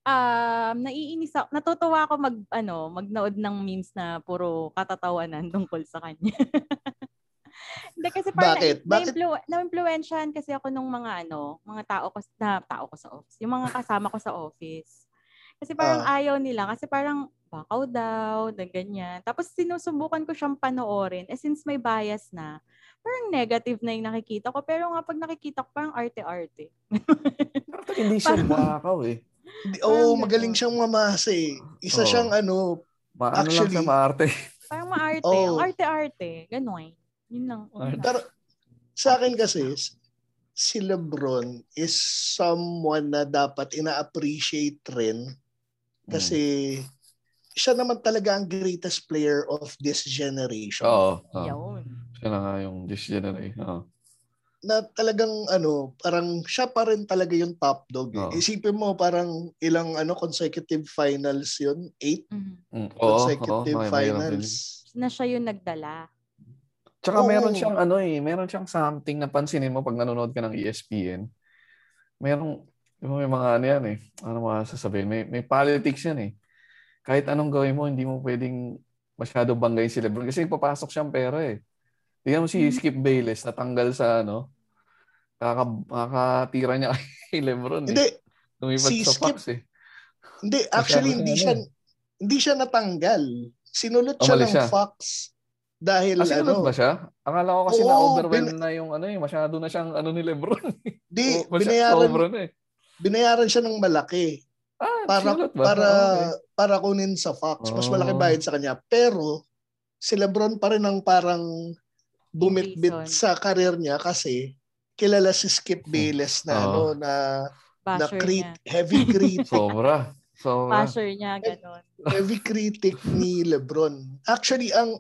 um, naiinis ako. Natutuwa ako mag, ano, magnood ng memes na puro katatawanan tungkol sa kanya. Hindi kasi parang
Bakit?
na,
Bakit?
na-influ- na-influensyahan kasi ako nung mga ano, mga tao ko na tao ko sa office. Yung mga kasama ko sa office. Kasi parang
Ah.
ayaw nila kasi parang bakaw daw, na ganyan. Tapos sinusubukan ko siyang panoorin. Eh since may bias na, parang negative na yung nakikita ko. Pero nga pag nakikita ko, parang arte-arte.
Hindi siya
Parang-
makakaw eh.
Di- Oo,
Parang
magaling
ganun.
siyang mamasa eh. Isa
Oo.
siyang ano,
Maano lang
Actually-
siya maarte.
Parang maarte. Ang
Oo.
arte-arte. Ganon. Yun lang. Yun lang.
Oh. Pero sa akin kasi, s- si LeBron is someone na dapat ina-appreciate rin kasi siya naman talaga ang greatest player of this
Mm.
generation.
Oo. oo.
Yun.
Siya na nga yung this generation. Oo.
na talagang ano, parang siya pa rin talaga yung top dog. eh.
Oo.
Isipin mo parang ilang ano consecutive finals yun, eight
Mhm.
Mm. Oo, oo,
consecutive
may- mayroon din.
finals.
Na siya yung nagdala.
Tsaka
Oo.
meron siyang ano eh, meron siyang something na pansinin mo pag nanonood ka ng E ESPN. Merong, di ba may mga ano yan eh, ano mga sasabihin, may, may politics yan eh. Kahit anong gawin mo, hindi mo pwedeng masyado banggayin si Lebron kasi papasok siyang pera eh. Tingnan mo
Hmm.
si
Mhm.
Skip Bayless natanggal sa ano, kaka, kakatira niya kay Lebron eh.
Hindi,
Lumipat
si
sa
Skip-
Fox eh.
hindi actually hindi
ano
siya
eh.
hindi siya natanggal. Sinulot
Oh,
siya
mali
ng
siya.
Fox dahil
Ah,
ano,
sinunod ba siya? Akala ko kasi
Oo,
na-overwhelm na yung ano eh, masyado na siyang ano ni Lebron. Oh,
di
Masyado
binayaran
Lebron eh.
binayaran siya ng malaki
Ah,
para
sinunod ba?
para
Ah, okay.
para kunin sa Fox. Mas malaki
Oh.
bayad sa kanya. Pero si LeBron pa rin ang parang bumitbit
Yung reason.
sa karir niya kasi kilala si Skip Bayless
Oh.
na ano na na
Basher
crit,
niya.
heavy crit,
Sobra. Sobra.
Basher niya,
Eh,
ganon.
heavy critic ni LeBron. Actually ang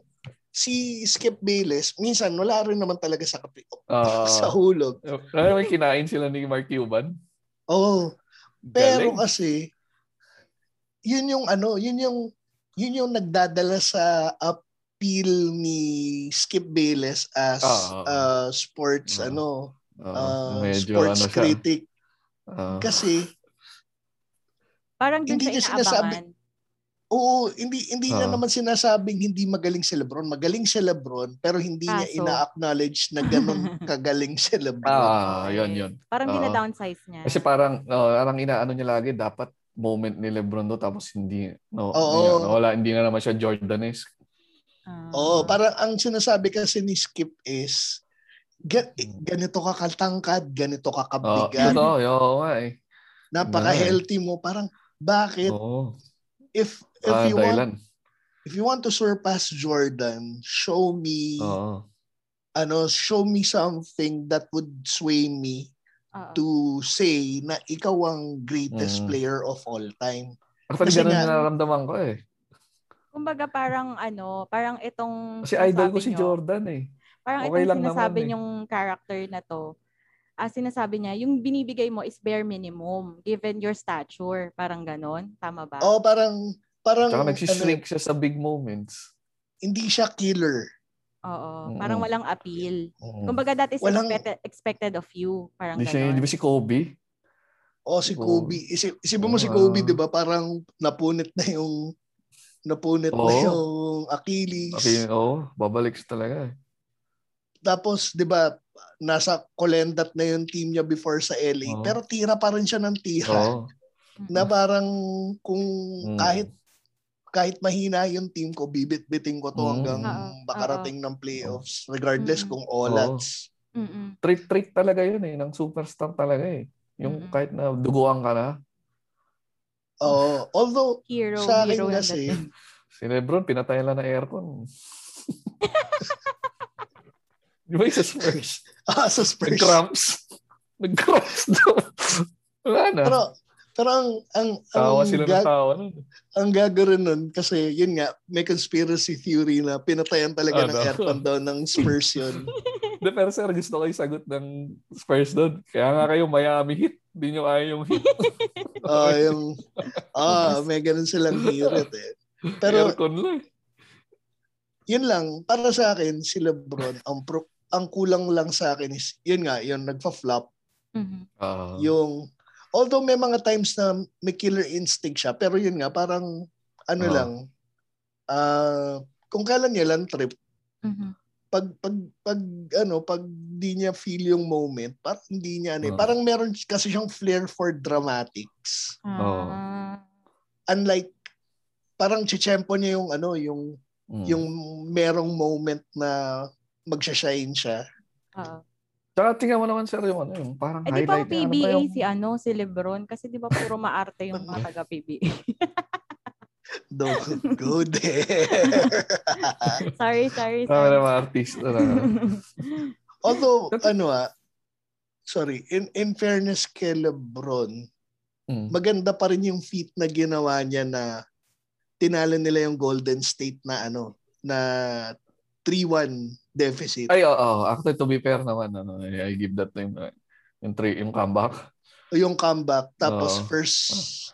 si Skip Bayless minsan wala rin naman talaga sa kapi,
Ah,
sa hulog.
Alam mo, may kinain sila ni Mark Cuban.
Oh, pero
Galing.
kasi yun yung ano, yun yung yun yung nagdadala sa appeal ni Skip Bayless as
Ah, ah, ah.
uh, sports
Ah.
ano,
Oo,
uh,
medyo ano
sports
siya. Ah.
critic
Oo.
kasi
Parang dun
Hindi
siya
niya sinasabi.
inaabangan.
oo, hindi hindi niya
Ah.
naman sinasabing hindi magaling si LeBron, magaling si LeBron pero hindi niya
Kaso.
ina-acknowledge na ganun kagaling si LeBron.
Ah,
Okay.
yun, yun.
Parang
Oo.
dinadownsize niya.
Kasi parang, no, parang inaano niya lagi, dapat moment ni Lebron do, tapos hindi, no,
Oo.
hindi, ano, wala, hindi na naman siya Jordanesque.
Ah.
Oh, Oo, parang ang sinasabi kasi ni Skip is Ga- eh, ganito ka katangkad, ganito ka
Mm. Oo,
kabigat,
Ah, totoo. Oo nga eh.
napaka-healthy mo. Parang, bakit?
Oo.
If, if
Ah,
you want,
dahilan.
if you want to surpass Jordan, show me,
Oo.
ano, show me something that would sway me
Oo.
to say na ikaw ang greatest
Mm.
player of all time.
Actually,
Kasi
ganun
nga-
yung nararamdaman ko eh.
Kumbaga parang ano, parang itong
Kasi idol ko
sinasabi
si
nyo,
Jordan eh.
Parang
Okay lang
itong sinasabi
naman eh.
niyong character na to, ah, sinasabi niya, yung binibigay mo is bare minimum given your stature. Parang ganon. Tama ba?
Oh, parang parang
Tsaka
ano,
nagsishrink siya sa big moments.
hindi siya killer.
Oo.
Mm.
Parang walang appeal.
Oo.
Kumbaga that is
Walang-
expected, expected of you. Parang
Mm. Hindi siya,
ganon.
di ba si Kobe?
O si
Oo.
Kobe, isip, isipin mo si
Oo, ah.
Kobe, 'di ba? Parang napunit na yung napunit na
Oo.
yung Achilles.
Okay, oo. Babalik siya talaga eh.
Tapos 'di ba nasa kolendat na yung team niya before sa LA.
Oo.
Pero tira pa rin siya ng tira.
Oo.
Na parang kung
Mm.
kahit kahit mahina yung team ko, bibit-biting ko to
Mm.
hanggang
Oo.
makarating ng playoffs regardless
Mm.
kung
Oo.
olats.
Mm-mm.
Treat-treat talaga yun eh. Ng superstar talaga eh. Yung
Mm-mm.
kahit na duguan ka na,
Oo. although
Hero,
sa akin
hero. and
kasi,
that-
Si Lebron, pinatay lang ng aircon. Di ba yung sa Spurs?
ah, sa Spurs.
Nag-cramps. Nag-cramps doon. Wala na.
Pero, pero ang, ang,
Tawa
ang,
sila ng
gag-
tawa nun.
ang gagawin nun, kasi yun nga, may conspiracy theory na pinatayan talaga ng
Ano?
aircon daw ng Spurs yun.
Hindi, pero sir, gusto ko yung sagot ng Spurs doon. Kaya nga kayo Miami Heat. Hindi nyo kaya yung Heat.
Ah, yung, ah, may ganun silang hirit eh. Pero
aircon lang. eh.
yun lang, para sa akin, si Lebron, ang, pro- ang kulang lang sa akin is, yun nga, yun, nagpa-flop.
Mhm.
Ah,
Yung, although may mga times na may killer instinct siya, pero yun nga, parang, ano
Oo.
lang, ah, kung kailan niya lang trip,
Mhm.
pag pag pag ano pag di niya feel yung moment parang hindi niya ano eh.
Oo.
parang meron kasi siyang flair for dramatics
Oo.
Ah.
unlike parang chichempo niya yung ano yung
mm.
yung merong moment na magsha-shine siya
Oo.
Tsaka tingnan mo naman sir yung ano yung parang
Ah. Eh, di ba ang
highlight. niya, ano ba
PBA
yung-
si ano, si Lebron? Kasi di ba puro maarte yung mga taga-PBA?
don't go there
sorry, sorry,
Tama
sorry.
naman artista na.
although ano ah sorry in in fairness kay LeBron
Mm.
maganda pa rin yung feat na ginawa niya na tinalo nila yung Golden State na ano na 3-1 deficit.
Ay, oo. Oh, Actually, to be fair naman, ano, I I give that time na yung, three, yung comeback.
O yung comeback tapos
Oo.
first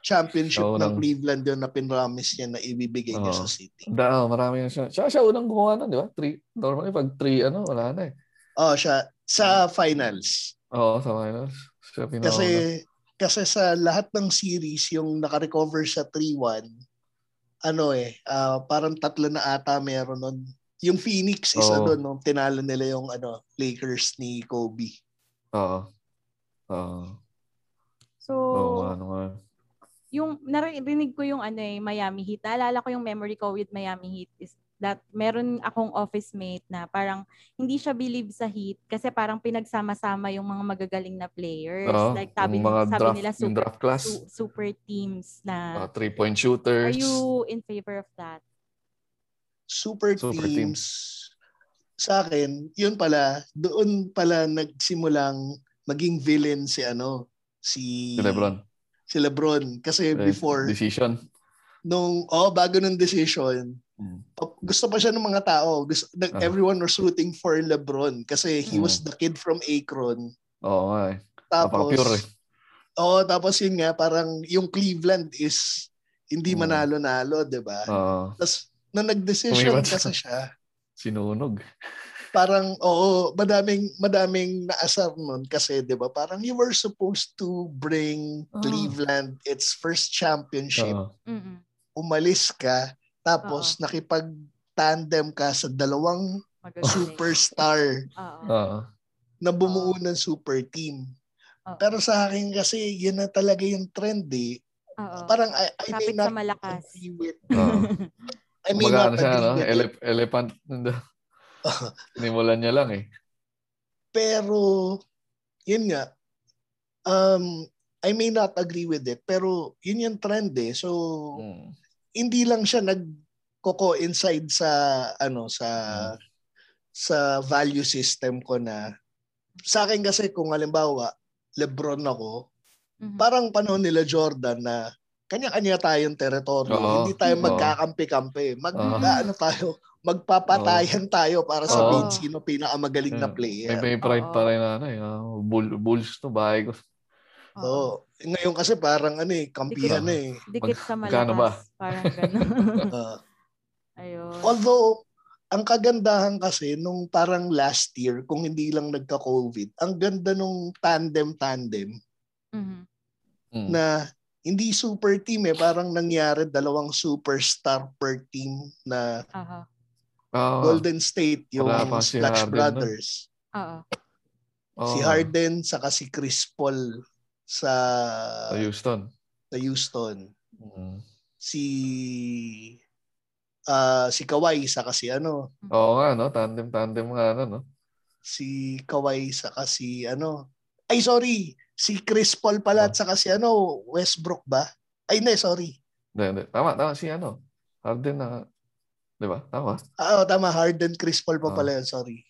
championship
Oo,
ng
nang-
Cleveland yun na pinramis niya na ibibigay niya
Oo.
sa City.
Da, oh, marami na siya. Siya, siya unang gumawa nun, di ba? Three, normally, pag three, ano, wala na eh.
Oh, siya sa finals.
Oo, sa finals. Siya pinauna.
Kasi kasi sa lahat ng series yung naka-recover sa 3-1 ano eh ah, parang tatlo na ata meron nun. Yung Phoenix isa
Oo.
doon nung tinalo nila yung ano Lakers ni Kobe.
Oo. Oo.
so,
Oo, nga, ano nga.
yung narinig ko yung ano eh, Miami Heat. Naalala ko yung memory ko with Miami Heat is that meron akong office mate na parang hindi siya believe sa Heat kasi parang pinagsama-sama yung mga magagaling na players.
Oo,
like sabi,
Oh, yung mga
sabi
draft,
nila
yung
super,
draft class.
su- super teams na
mga Ah, three-point
are
shooters.
you in favor of that?
super,
Super
teams,
teams.
sa akin, yun pala, doon pala nagsimulang maging villain si ano, si
Si Lebron.
si LeBron. Kasi
Eh,
before,
Decision.
nung, oh, bago nung decision,
Mm.
oh, gusto pa siya ng mga tao. Gusto, nag-
Ah.
Everyone was rooting for LeBron kasi he
Mm.
was the kid from Akron.
Oo nga eh.
Tapos,
Napaka-pure eh.
oh, tapos yun nga, parang yung Cleveland is hindi
Mm.
manalo-nalo, di ba?
Oo.
Tapos, na nag-decision
Umiwan siya.
kasi siya,
Sinunog.
parang oo, madaming madaming naasar nun kasi 'di ba? Parang you were supposed to bring
Oh.
Cleveland its first championship.
Oo.
Mm-mm.
Umalis ka tapos
Ah.
nakipag tandem ka sa dalawang
Magagaling.
superstar
Oo.
Oo.
na bumuo
Oh.
ng super team.
Oo.
Pero sa akin kasi yun na talaga yung trend eh.
Oo.
Parang I, I may
Kapit sa
not
malakas.
agree with
Oo.
I may
ah. Kumbaga
not
ano siya,
agree
no?
with it.
Elep- elephant. Sinimulan niya lang eh.
Pero, yun nga, um, I may not agree with it, pero yun yung trend eh. So,
Mm.
hindi lang siya nagkoko inside sa ano sa sa value system ko na sa akin kasi kung halimbawa LeBron ako
Mhm.
parang panahon nila Jordan na kanya-kanya tayong teritoryo
Oo.
hindi tayo
Oo.
magkakampi-kampi mag
Oo.
ano tayo magpapatayan tayo para
Oo.
sabihin sino pinakamagaling na
Mm.
player
May, may pride
Oo.
pa rin ano eh. ah, bull, bulls to, bahay ko.
Oo.
Oo. ngayon kasi parang ano eh kampihan na eh
Dikit sa
Mag- magkano ba?
malakas. Parang gano'n.
Ah.
Ayun.
Although, ang kagandahan kasi nung parang last year, kung hindi lang nagka-COVID, ang ganda nung tandem-tandem
Mhm.
Mm.
na hindi super team eh. Parang nangyari dalawang superstar per team na
Aha.
Ah,
Golden State, yung
Wala pa si Harden, no?
Splash
Ah.
Brothers.
Oo.
oo.
Si Harden, saka si Chris Paul sa,
Sa Houston.
sa Houston.
Mm.
Si ah si Kawhi, saka si ano,
Oo nga, no? Tandem-tandem nga na, no?
si Kawhi saka si ano ay sorry si Chris Paul
Oh.
pala at saka si ano Westbrook ba ay hindi sorry
Hindi, hindi. Tama, tama. Si ano? Harden na. Di ba? Tama.
ah oh, tama Harden Chris Paul pa
Ah.
pala yun sorry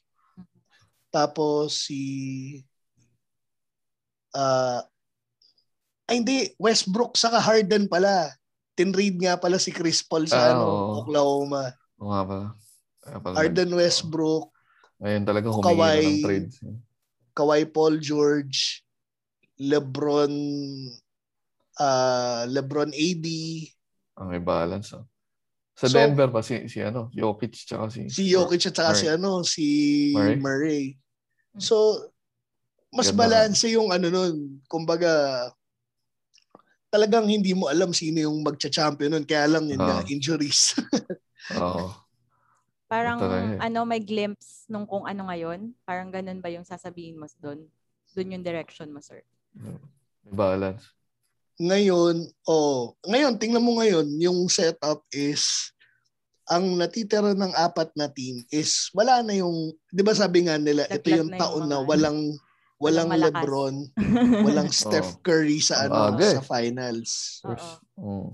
tapos si ah ay hindi Westbrook saka Harden pala tinread nga pala si Chris Paul sa
Ah,
ano
oo.
Oklahoma
Oo nga pala. Kaya pala
Harden Westbrook
Ngayon talaga humingi na ng
Kawhi.
trade.
Kawhi Paul George LeBron ah LeBron AD
Ang may balance. ah. Sa
So-
Denver ba si si ano? Jokic tsaka si
si Jokic at saka si ano si
Murray?
Murray.
Hmm.
So mas
Ganda.
balanse yung ano nun. Kumbaga talagang hindi mo alam sino yung magcha-champion nun. Kaya lang yun nga,
Ah.
injuries.
Oo.
Parang
Ito na yun.
ano may glimpse nung kung ano ngayon. Parang ganun ba yung sasabihin mo doon? Doon yung direction mo, sir.
May balance.
ngayon, oh, ngayon tingnan mo ngayon, yung setup is ang natitira ng apat na team is wala na yung 'di ba sabi nga nila ito
Laglag
yung
na yung
taon na
mga-
walang walang
malakas.
LeBron, walang Steph Curry
Ang
sa ano
Oh. bagay.
sa finals.
First. Mm.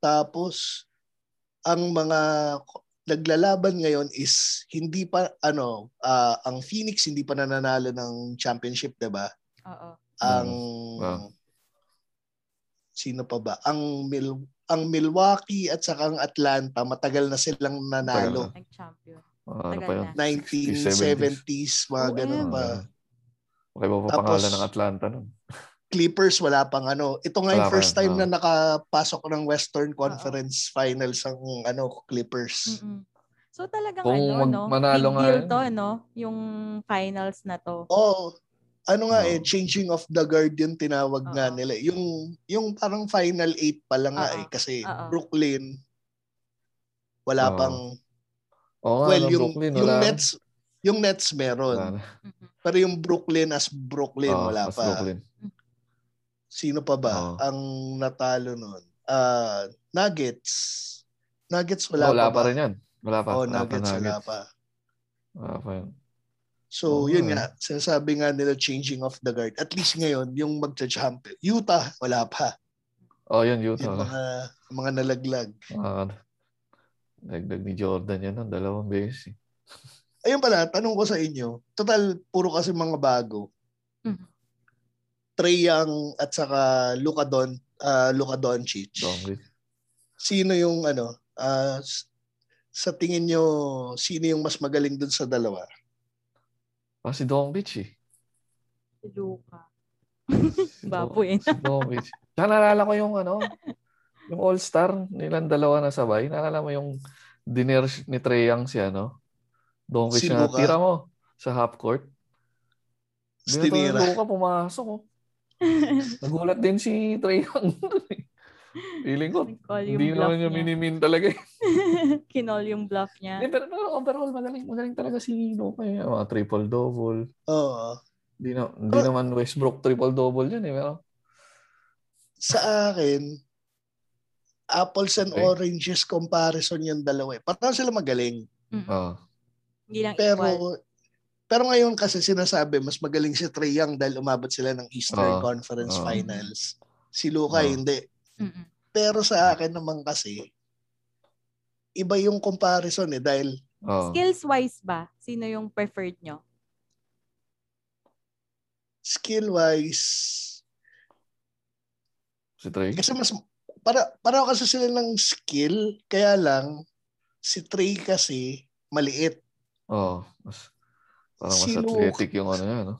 Tapos ang mga ko- naglalaban ngayon is hindi pa ano ah, ang Phoenix hindi pa nananalo ng championship, 'di ba?
Oo.
Ang
Ah.
sino pa ba? Ang Mil ang Milwaukee at saka ang Atlanta, matagal na silang nanalo.
Nag-champion.
Ah, ano
Tagal
pa yun?
na.
1970s, mga
Oo,
ganun
eh.
ba.
Okay ba pa
Diba? Tapos-
pangalan ng Atlanta nun?
Clippers, wala pang ano. Ito nga yung
Wala pa
first
yun,
time
ah.
na nakapasok ng Western Conference Finals ang ano Clippers.
Mm-mm. So talagang
Kung
ano,
mag-
no?
manalo
Big
nga
deal
yun.
to, no? Yung finals na to.
Oo. Ano nga eh,
Oo.
changing of the guard yung tinawag nga
Oo.
nila. eh. Yung, yung parang final eight pa lang nga
Oo.
eh. Kasi
Oo.
Brooklyn, wala
Oo.
pang,
Oo nga,
well,
ng
yung,
Brooklyn,
yung
wala.
Nets, yung Nets
wala
meron.
na.
Mhm.
Pero yung Brooklyn as Brooklyn,
Oo,
wala
mas
pa.
Brooklyn.
Sino pa ba
Oo.
ang natalo nun? Ah, Nuggets. Nuggets
Oh, Wala,
wala, pa,
pa
ba?
rin yan. Wala pa.
Oh,
wala pa
Nuggets, wala
Nuggets.
pa.
Wala pa yun.
So,
Oo eh.
yun
nga.
nga. Sinasabi nga nila changing of the guard. At least ngayon, yung magcha-champion. Utah, wala pa.
Oh, yun, Utah.
Yung
Wala.
mga mga nalaglag.
Ah, dagdag ni Jordan yan ng dalawang beses. eh.
Ayun pala, tanong ko sa inyo. Total, puro kasi mga bago.
Mhm.
Trey Young at saka Luka, Don, ah, Luka Doncic.
Dongit.
Sino yung ano, ah, s- sa tingin nyo, sino yung mas magaling dun sa dalawa?
Ah, si Dongit eh.
Si Luka.
Si
Baboy.
Dong- Si Dongit. Tsaka naalala ko yung ano, yung All-Star nilang dalawa na sabay. Naalala mo yung dinner ni Trae Young si ano? Dongit
Si
siya.
Luka.
Tira mo sa half court. Binata
Stinira.
ng Luka, pumasok. Oh. Nagulat din si Trae Young. eh. Feeling ko,
Nag-call yung
Oh, hindi
bluff
naman niya
niya. Ah.
minimin talaga. eh.
Kinol yung bluff niya.
Hindi, pero, pero overall, magaling, magaling talaga si Luka. eh. Mga triple-double.
Oo.
Hindi na, hindi
Pero-
naman Westbrook triple-double yun eh. Pero,
Sa akin, apples and
Okay.
oranges comparison yung dalawa. eh. Parang sila magaling.
Mhm.
ah.
Hindi lang equal.
Pero Pero ngayon kasi sinasabi, mas magaling si Trae Young dahil umabot sila ng
Oo.
Eastern Conference
Oo.
Finals. Si Luka
Oo.
hindi.
Mm-mm.
Pero sa akin naman kasi, iba yung comparison eh dahil
Oo.
Skills-wise ba? Sino yung preferred nyo?
skill-wise,
Si Trey.
kasi mas, para, para kasi sila ng skill, kaya lang, si Trey kasi, maliit.
Oo. Mas, parang mas
Si Luke.
athletic yung ano niya, no?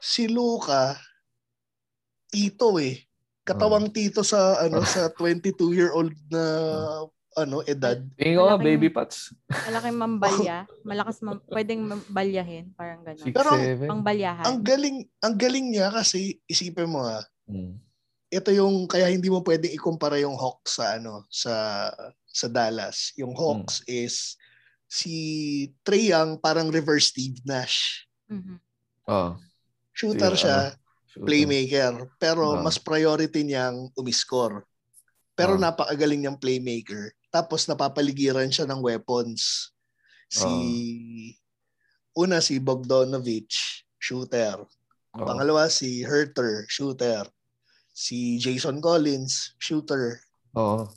Si Luka, tito eh. Katawang tito sa ano sa 22-year-old na ano edad.
Tingin ko nga,
Malaki
baby
yung-
pats.
Malaking mambalya. Malakas mam- pwedeng mambalyahin. Parang gano'n.
Six,
Pero ang-
seven.
Pangbalyahan.
Ang galing, ang galing niya kasi isipin mo ha,
Mm.
ito yung kaya hindi mo pwedeng ikumpara yung Hawks sa ano sa sa Dallas. Yung Hawks
Hmm.
is si Trae Young parang reverse Steve Nash.
Mhm.
Oo.
Shooter
Sure,
siya,
Ah, Sure.
playmaker, pero
ano, Ah.
mas priority niyang umiscore. Pero
Ah.
napakagaling niyang playmaker. Tapos napapaligiran siya ng weapons. Si
Ah.
una si Bogdanovich, shooter.
Oo.
Pangalawa si Herter, shooter. Si Jason Collins, shooter.
Oo.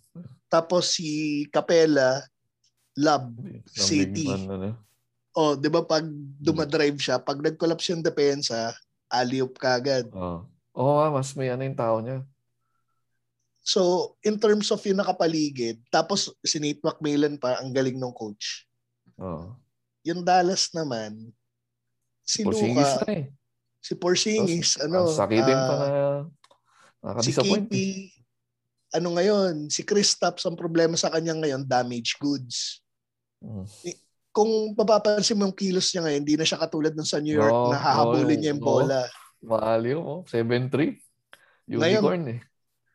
Tapos si Capella, lob.
Isang
City.
big man, ano.
O, di ba pag dumadrive siya, pag nag-collapse yung depensa, alley-oop kagad.
Oo. Oo nga, mas may ano yung tao niya.
So, in terms of yung nakapaligid, tapos si Nate McMillan pa, ang galing ng coach.
Oo.
Yung Dallas naman, si
Porzingis
Luka,
na eh.
si Porzingis, ano,
Ang sakitin pa
ah,
na
si
nakadisappoint.
KP, ano ngayon, si Kristaps, ang problema sa kanya ngayon, damaged goods.
Mm.
Kung mapapansin mo yung kilos niya ngayon, hindi na siya katulad ng sa New York
Oo,
na hahabulin
oo,
niya yung
oo.
bola.
Maaliw mo. 7-3. oh.
Ngayon-
Unicorn eh.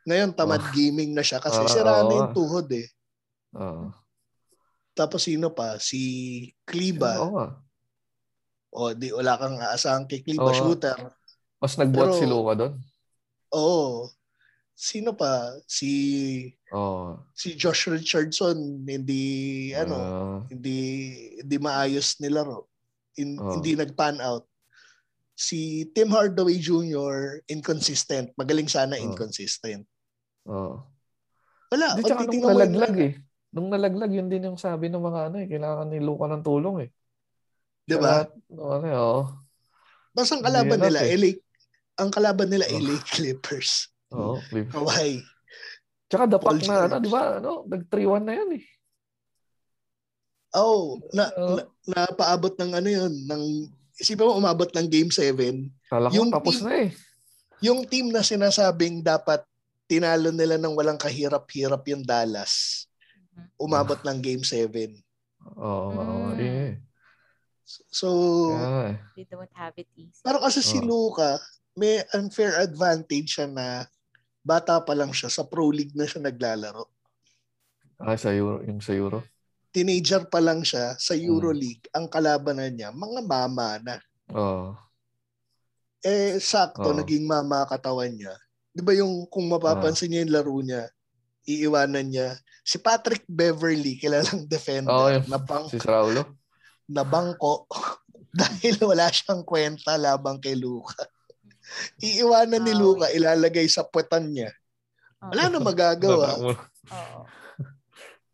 Ngayon, tamad gaming na siya kasi
Ah,
sira na
oo.
yung tuhod eh.
Oo.
Tapos sino pa? Si Kliba.
Oo nga.
O, di wala kang aasahan kay Kliba
Oo.
shooter.
Mas nagbuhat
Pero-
si Luka doon.
Oo. Sino pa? Si
Oo.
si Josh Richardson hindi ano,
Ah,
hindi hindi maayos nilaro. In,
Oo.
Hindi nag-pan out. Si Tim Hardaway Jr. inconsistent. Magaling sana
Oo.
inconsistent.
oo.
Wala,
Hindi,
pag
tsaka nung
Ah, oh, titingnan mo yung-
nalaglag eh. Nung nalaglag, yun din yung sabi ng mga ano eh. Kailangan ni Luka ng tulong eh.
Di
Siya
ba?
lahat, ano eh, oo.
Basta ang Diba? kalaban
Mahirap
nila,
eh. Oh.
LA, ang kalaban nila,
Oo.
LA Clippers.
Oo,
Hmm.
Clip.
Kawhi.
Tsaka dapak
Paul
na, ano,
George.
di ba? Ano, nag 3-1 na yan eh.
Oh, na,
Oo.
na, napaabot ng ano yun, ng, isipin mo umabot ng Game 7,
Kala ko
Yung
tapos
team-
na eh.
yung team na sinasabing dapat tinalo nila ng walang kahirap-hirap yung Dallas,
Mm-hmm.
umabot ng Game 7.
Oo, oo,
Hmm.
Mm.
yun eh.
So,
Kaya nga eh.
They don't have it easy.
pero kasi si
Oh.
Luka, may unfair advantage siya na bata pa lang siya, sa pro league na siya naglalaro.
Ah, sa Euro, yung sa Euro.
Teenager pa lang siya sa EuroLeague. Ang kalabanan niya, mga mama na.
Oo.
Eh, sakto,
Oo.
naging mama katawan niya. Di ba yung kung mapapansin niya yung laro niya, iiwanan niya. Si Patrick Beverly, kilalang defender,
Oo, yun.
na bang
Si Saraulo.
na bangko dahil wala siyang kwenta labang kay Luka. Iiwanan ni
Ah,
Luka, ilalagay sa puwetan niya.
Oo.
Wala na magagawa.
Natakbo.
Oo.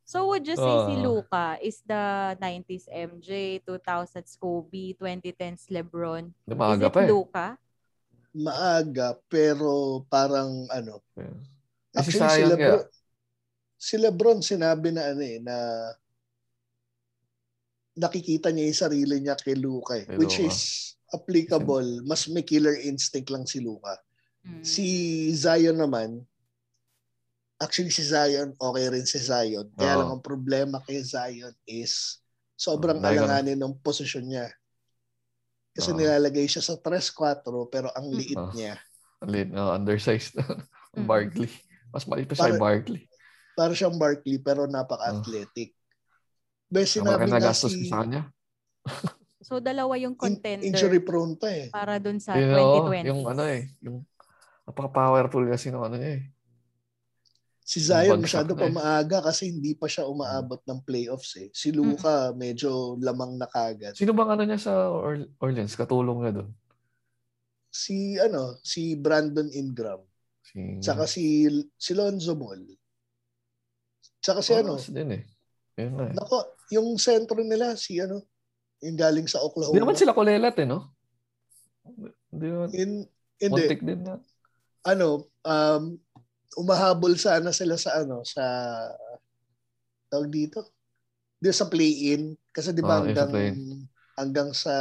So would you say si
Ah.
Luka is the 90s MJ, 2000s Kobe, 2010s LeBron?
Di,
Is
Maaga
it
pa eh.
Luka?
Maaga, pero parang ano.
Eh, si
Actually, si
Zion kaya.
Lebron, si Lebron sinabi na ano eh, na nakikita niya yung sarili niya kay Luka eh,
Kay
which
Luka.
is applicable. Mas may killer instinct lang si Luka.
Mm.
Si Zion naman, actually si Zion, okay rin si Zion. Kaya
Oo.
lang ang problema kay Zion is sobrang
Oo, dahil lang-
alanganin ng posisyon niya. Kasi
Oo.
nilalagay siya sa 3-4 pero ang liit
Oo.
niya.
Alin, oh, undersized.
Mm.
Barkley. Mas maliit pa siya
Para-
kay Barkley.
Para siyang Barkley pero napaka-athletic. May
Sinabi
sinabi
Malaki
nga
nagastos
si
sa kanya.
So dalawa yung contender
injury prone pa eh.
para dun sa
Yun, oo, ano,
2020.
yung ano eh. Yung napaka-powerful kasi ng ano niya eh.
Si Zion
Bagsak
masyado
na
pa
eh.
maaga kasi hindi pa siya umaabot ng playoffs eh. Si Luka medyo lamang na kagad.
Sino bang ano niya sa Or- Orleans? Katulong niya doon.
Si ano, si Brandon Ingram.
Si...
Tsaka si si Lonzo Ball. Tsaka si ano,
Orleans din eh. Yun na eh.
nako, yung sentro nila si ano, yung galing sa
Hindi
Oklahoma.
naman sila kulelat eh, no? Hindi naman.
In, hindi,
Muntik din na.
ano, um, umahabol sana sila sa ano, sa tawag dito. Di sa play-in kasi di
Ah, yun
ba
sa
hanggang
play-in.
hanggang sa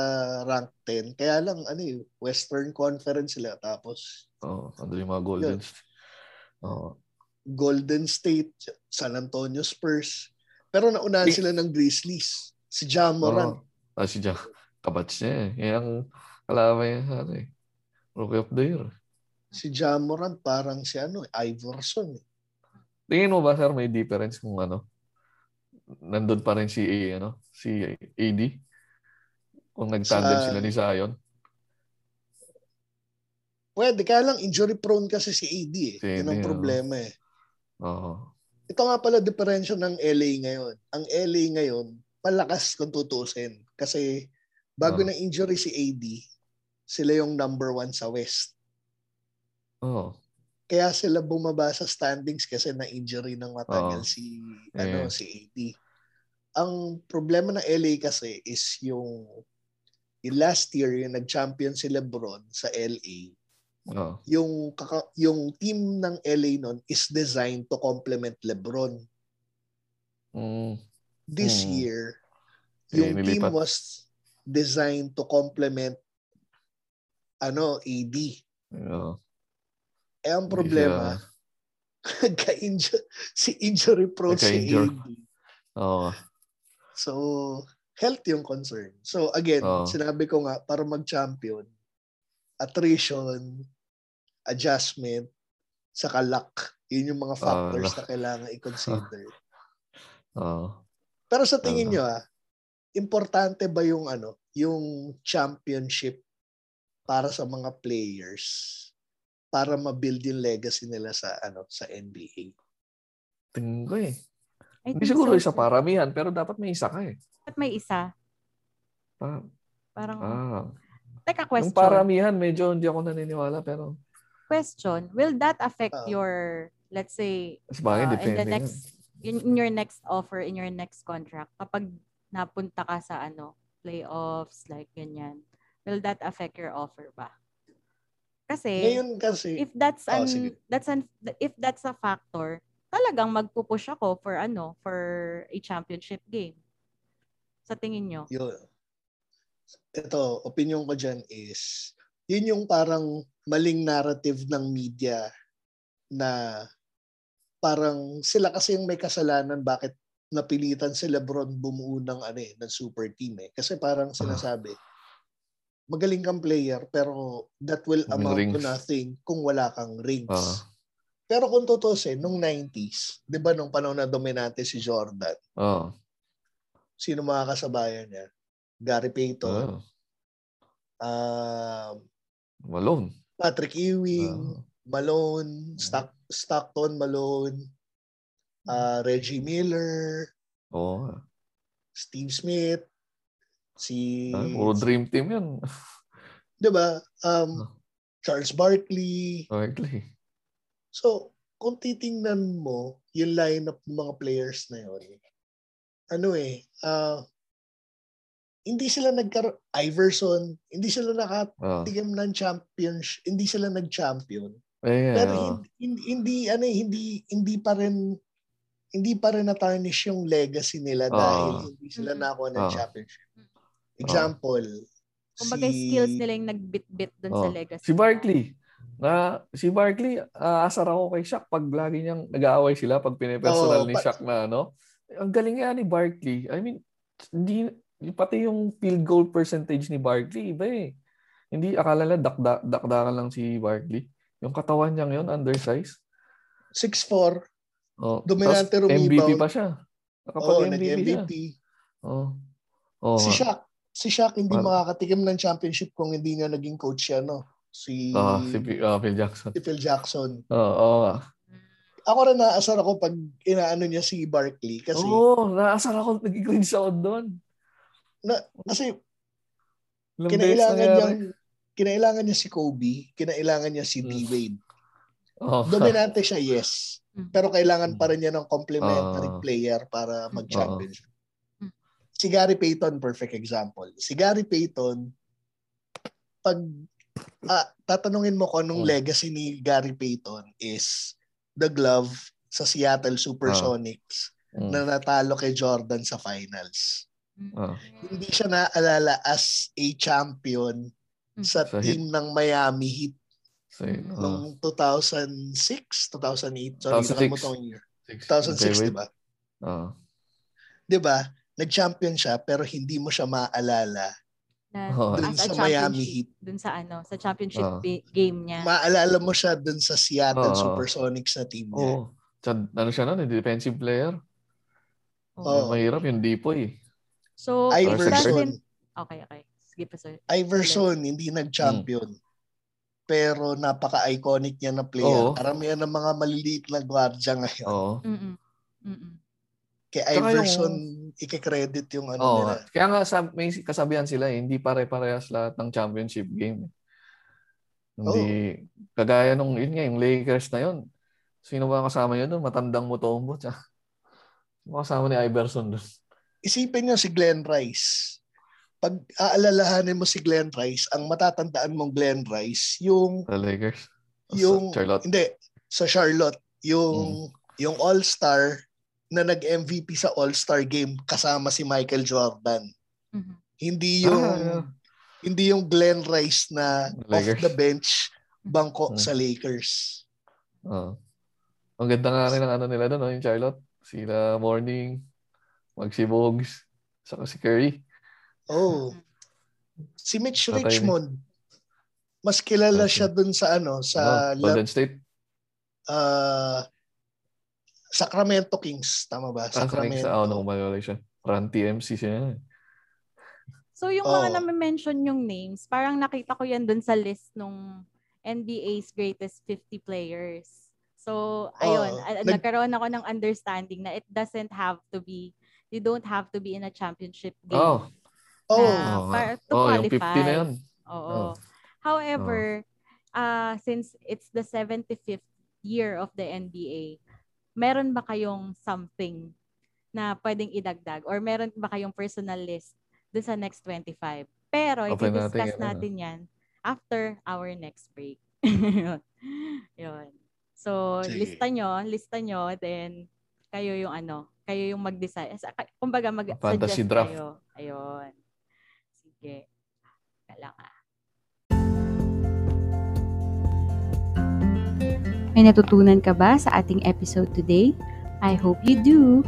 rank 10. Kaya lang ano eh, Western Conference sila tapos
Oo, oh, yung mga Golden
Yun.
State. Oo.
Golden State, San Antonio Spurs. Pero naunahan
Di-
sila ng Grizzlies. Si Ja Morant.
Oo. Tapos ah, si Jack, kabats niya eh. Yan ang kalaban niya sa ano eh. Rookie of the Year.
Si Ja Morant parang si ano, Iverson. eh.
Tingin mo ba, sir, may difference kung ano? Nandun pa rin si A, ano? Si AD? Kung nag-tandem
Sa-
sila ni Zion?
Pwede, kaya lang injury prone kasi si AD eh.
Si
Yun
AD,
ang
oo.
problema eh.
Oo.
Ito nga pala diferensya ng LA ngayon. Ang LA ngayon, palakas kung tutusin. Kasi bago
Oo.
na injury si AD, sila yung number one sa West.
Oo.
Kaya sila bumaba sa standings kasi na-injury ng matagal
Oo.
si, ano,
Yeah.
si AD. Ang problema ng LA kasi is yung, yung last year, yung nag-champion si LeBron sa LA,
Oo.
yung kaka- yung team ng LA nun is designed to complement LeBron.
Mm.
this
Hmm.
year,
Eh,
yung team
nilipat.
was designed to complement ano, AD.
Oo.
Eh, ang problema, nagka-inju- si injury prone si
Nagka-injure.
AD.
Oo.
So, health yung concern. So, again,
Oo.
sinabi ko nga, para mag-champion, attrition, adjustment, saka luck. Yun yung mga
Oo,
factors
luck.
na kailangan i-consider.
Oo.
Pero sa tingin
Tama.
nyo, ah, importante ba yung ano, yung championship para sa mga players para ma-build yung legacy nila sa ano sa NBA.
Tingin ko eh.
I
Hindi
think
siguro
so,
isa
sir.
paramihan, pero dapat may isa ka eh.
Dapat may isa.
Pa-
Parang,
ah.
teka
Yung
question.
paramihan, medyo hindi ako naniniwala, pero
question, will that affect
Ah.
your, let's say,
sa
uh, in
bagay, depende.
the
yun.
next, in, in your next offer, in your next contract, kapag napunta ka sa ano, playoffs, like ganyan, will that affect your offer ba? Kasi,
Ngayon kasi
Eh, if that's
Oh,
an,
sige.
that's an, if that's a factor, talagang magpupush ako for ano, for a championship game. Sa tingin nyo?
yun. Ito, opinion ko dyan is yun yung parang maling narrative ng media na parang sila kasi yung may kasalanan bakit napilitan si LeBron bumuo ng ano eh, ng super team eh. Kasi parang
Ah.
sinasabi, magaling kang player pero that will
May
amount to
rings.
nothing kung wala kang rings.
Ah.
Pero kung tutusin, nung 90s, di ba nung panahon na dominante si Jordan,
Oo.
sino mga kasabayan niya? Gary Payton,
Oo.
ah,
Malone. Ah,
Patrick
Oo.
Ewing, Malone, Stock, Stockton Malone, ah, Reggie Miller,
Oo.
Steve Smith, si
Ah, Puro dream team yan.
'di ba? Um
Ah.
Charles Barkley.
Correctly.
So, kung titingnan mo yung lineup ng mga players na yun, ano eh, ah, hindi sila nagkaroon, Iverson, hindi sila
Oo.
nakatigam ng champions, hindi sila nag-champion.
Ayan,
Pero
eh, oo.
hindi, hindi, hindi, ano eh, hindi, hindi pa rin, hindi pa rin na-tarnish yung legacy nila
Oo.
dahil hindi sila
Mm.
nakuha ng
Oo.
championship. Example,
Kumbaga,
si-
skills nila yung nagbit-bit dun sa
Oo.
legacy.
Oh. Si Barkley. Na, si Barkley, aasar ako kay Shaq pag lagi niyang nag-aaway sila, pag pinipersonal
Oo,
ni
pa-
Shaq na ano. Ang galing nga ni Barkley. I mean, hindi, pati yung field goal percentage ni Barkley, iba eh. Hindi, akala nila dakda, dakdakan lang si Barkley. Yung katawan niyang yun, undersize.
6'4",
Oh,
Dominante
tas
rebound.
MVP pa siya. Nakapag
oo,
MVP, siya.
nag-MVP.
Oh. Oh,
si Shaq, si Shaq hindi
Parang-
makakatikim ng championship kung hindi niya naging coach siya, no? Si,
si P- ah, Phil Jackson.
si Phil Jackson.
Oo, oh,
Mm.
Ako rin naasar ako pag inaano niya si Barkley kasi
Oo, naasar ako. Nag-cringe ako doon.
kasi
Ilang
kinailangan
beses
niya
nangyari.
kinailangan niya si Kobe, kinailangan niya si
Mm.
D-Wade.
Oo.
Dominante siya, yes.
Mm.
Pero kailangan pa rin niya ng complementary
Ah.
player para mag-championship.
Mm.
Si Gary Payton, perfect example. Si Gary Payton, pag ah, tatanungin mo ko anong
Mm.
legacy ni Gary Payton is the glove sa
Ah.
Seattle Supersonics
Mm.
na natalo kay Jordan sa finals.
Ah.
Hindi siya naalala as a champion
Mm.
sa
Sa Oh.
team ng Miami Heat
So, yun, oo.
Nung 2006, 2008, sorry,
2006.
nakalimutan ko yung year.
Six.
2006,
Okay,
di ba?
wait. Oo.
Di ba? Diba? Nag-champion siya pero hindi mo siya maalala.
Na,
Oo.
Dun
as a
sa Miami
championship-
Heat.
Dun sa ano, sa championship
Ah.
bi- game niya.
Maalala mo siya dun sa
Oo.
Seattle Supersonics na team niya.
Oo. Tsaka, ano siya nun, eh, defensive player.
Oo.
Mahirap yung Dipoy.
So, it doesn't-
Iverson,
Okay, okay. Sige pa, sir.
Iverson hindi nag-champion.
Mm.
Pero napaka-iconic niya na player.
Oo.
Karamihan ng mga maliliit na gwardiya ngayon.
Oo.
Mm-mm. Mm-mm.
Kay
Tsaka
Iverson, ikikredit yung ano
Oo.
nila.
Oh. Kaya nga sab- may kasabihan sila, eh, hindi pare-parehas lahat ng championship game. eh.
Oh.
Hindi kagaya nung yun nga, yung Lakers na yun. Sino ba ang kasama yun doon? Matandang Mutombo. Tsaka, sino ba kasama ni Iverson doon.
isipin nyo si Glenn Rice. Pag aalalahanin mo si Glenn Rice, ang matatandaan mong Glenn Rice, yung,
Sa Lakers. Sa
yung,
Charlotte.
hindi, sa Charlotte,
Hmm.
yung, yung All-Star na nag-MVP sa All-Star game kasama si Michael Jordan.
Mhm.
Hindi yung,
Ah, yeah.
hindi yung Glenn Rice na
Lakers.
off the bench bangko
Hmm.
sa Lakers.
Oo. Ang ganda nga rin ng ano nila doon, no? yung Charlotte. Sila Morning, Magsibogs, saka si Curry.
Oh.
Mm-hmm.
Si Mitch
Tatay ni-
Richmond, mas kilala siya dun sa ano, sa
ano,
La-
Golden State.
uh, Sacramento Kings, tama ba?
Ah, sa Kings.
Sacramento.
Ah, oh, nakumalala siya. Parang TMC siya.
So, yung mga
Oo.
na-mention yung names, parang nakita ko yan dun sa list nung NBA's greatest 50 players. So, ayun,
Oo.
a-
Oh. Nag-
nagkaroon ako ng understanding na it doesn't have to be, you don't have to be in a championship game.
Oh,
Oh,
na
Oo.
para to
Oo, yung 50
qualify. Oh.
na yun. Oh.
Oo.
Oo.
However, ah, since it's the 75th year of the NBA, meron ba kayong something na pwedeng idagdag or meron ba kayong personal list dun sa next 25? Pero
Open natin
i-discuss
yan, ano?
natin yan after our next break. Yun. So,
Sige.
lista nyo, lista nyo, then kayo yung ano, kayo yung mag-decide. As- Kumbaga, mag-suggest
Fantasy draft.
kayo. Ayun. Sige. Kala ka. May natutunan ka ba sa ating episode today? I hope you do.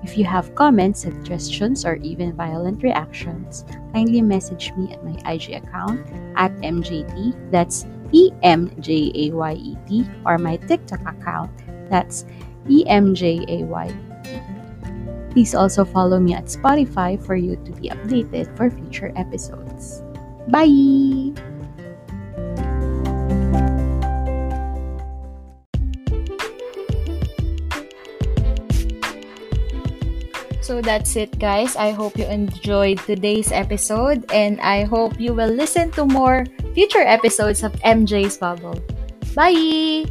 If you have comments, suggestions, or even violent reactions, kindly message me at my IG account at MJT, that's E M J A Y E T, or my TikTok account, that's E M J A Y E T. Please also follow me at Spotify for you to be updated for future episodes. Bye!
So that's it, guys. I hope you enjoyed today's episode, and I hope you will listen to more future episodes of MJ's Bubble. Bye!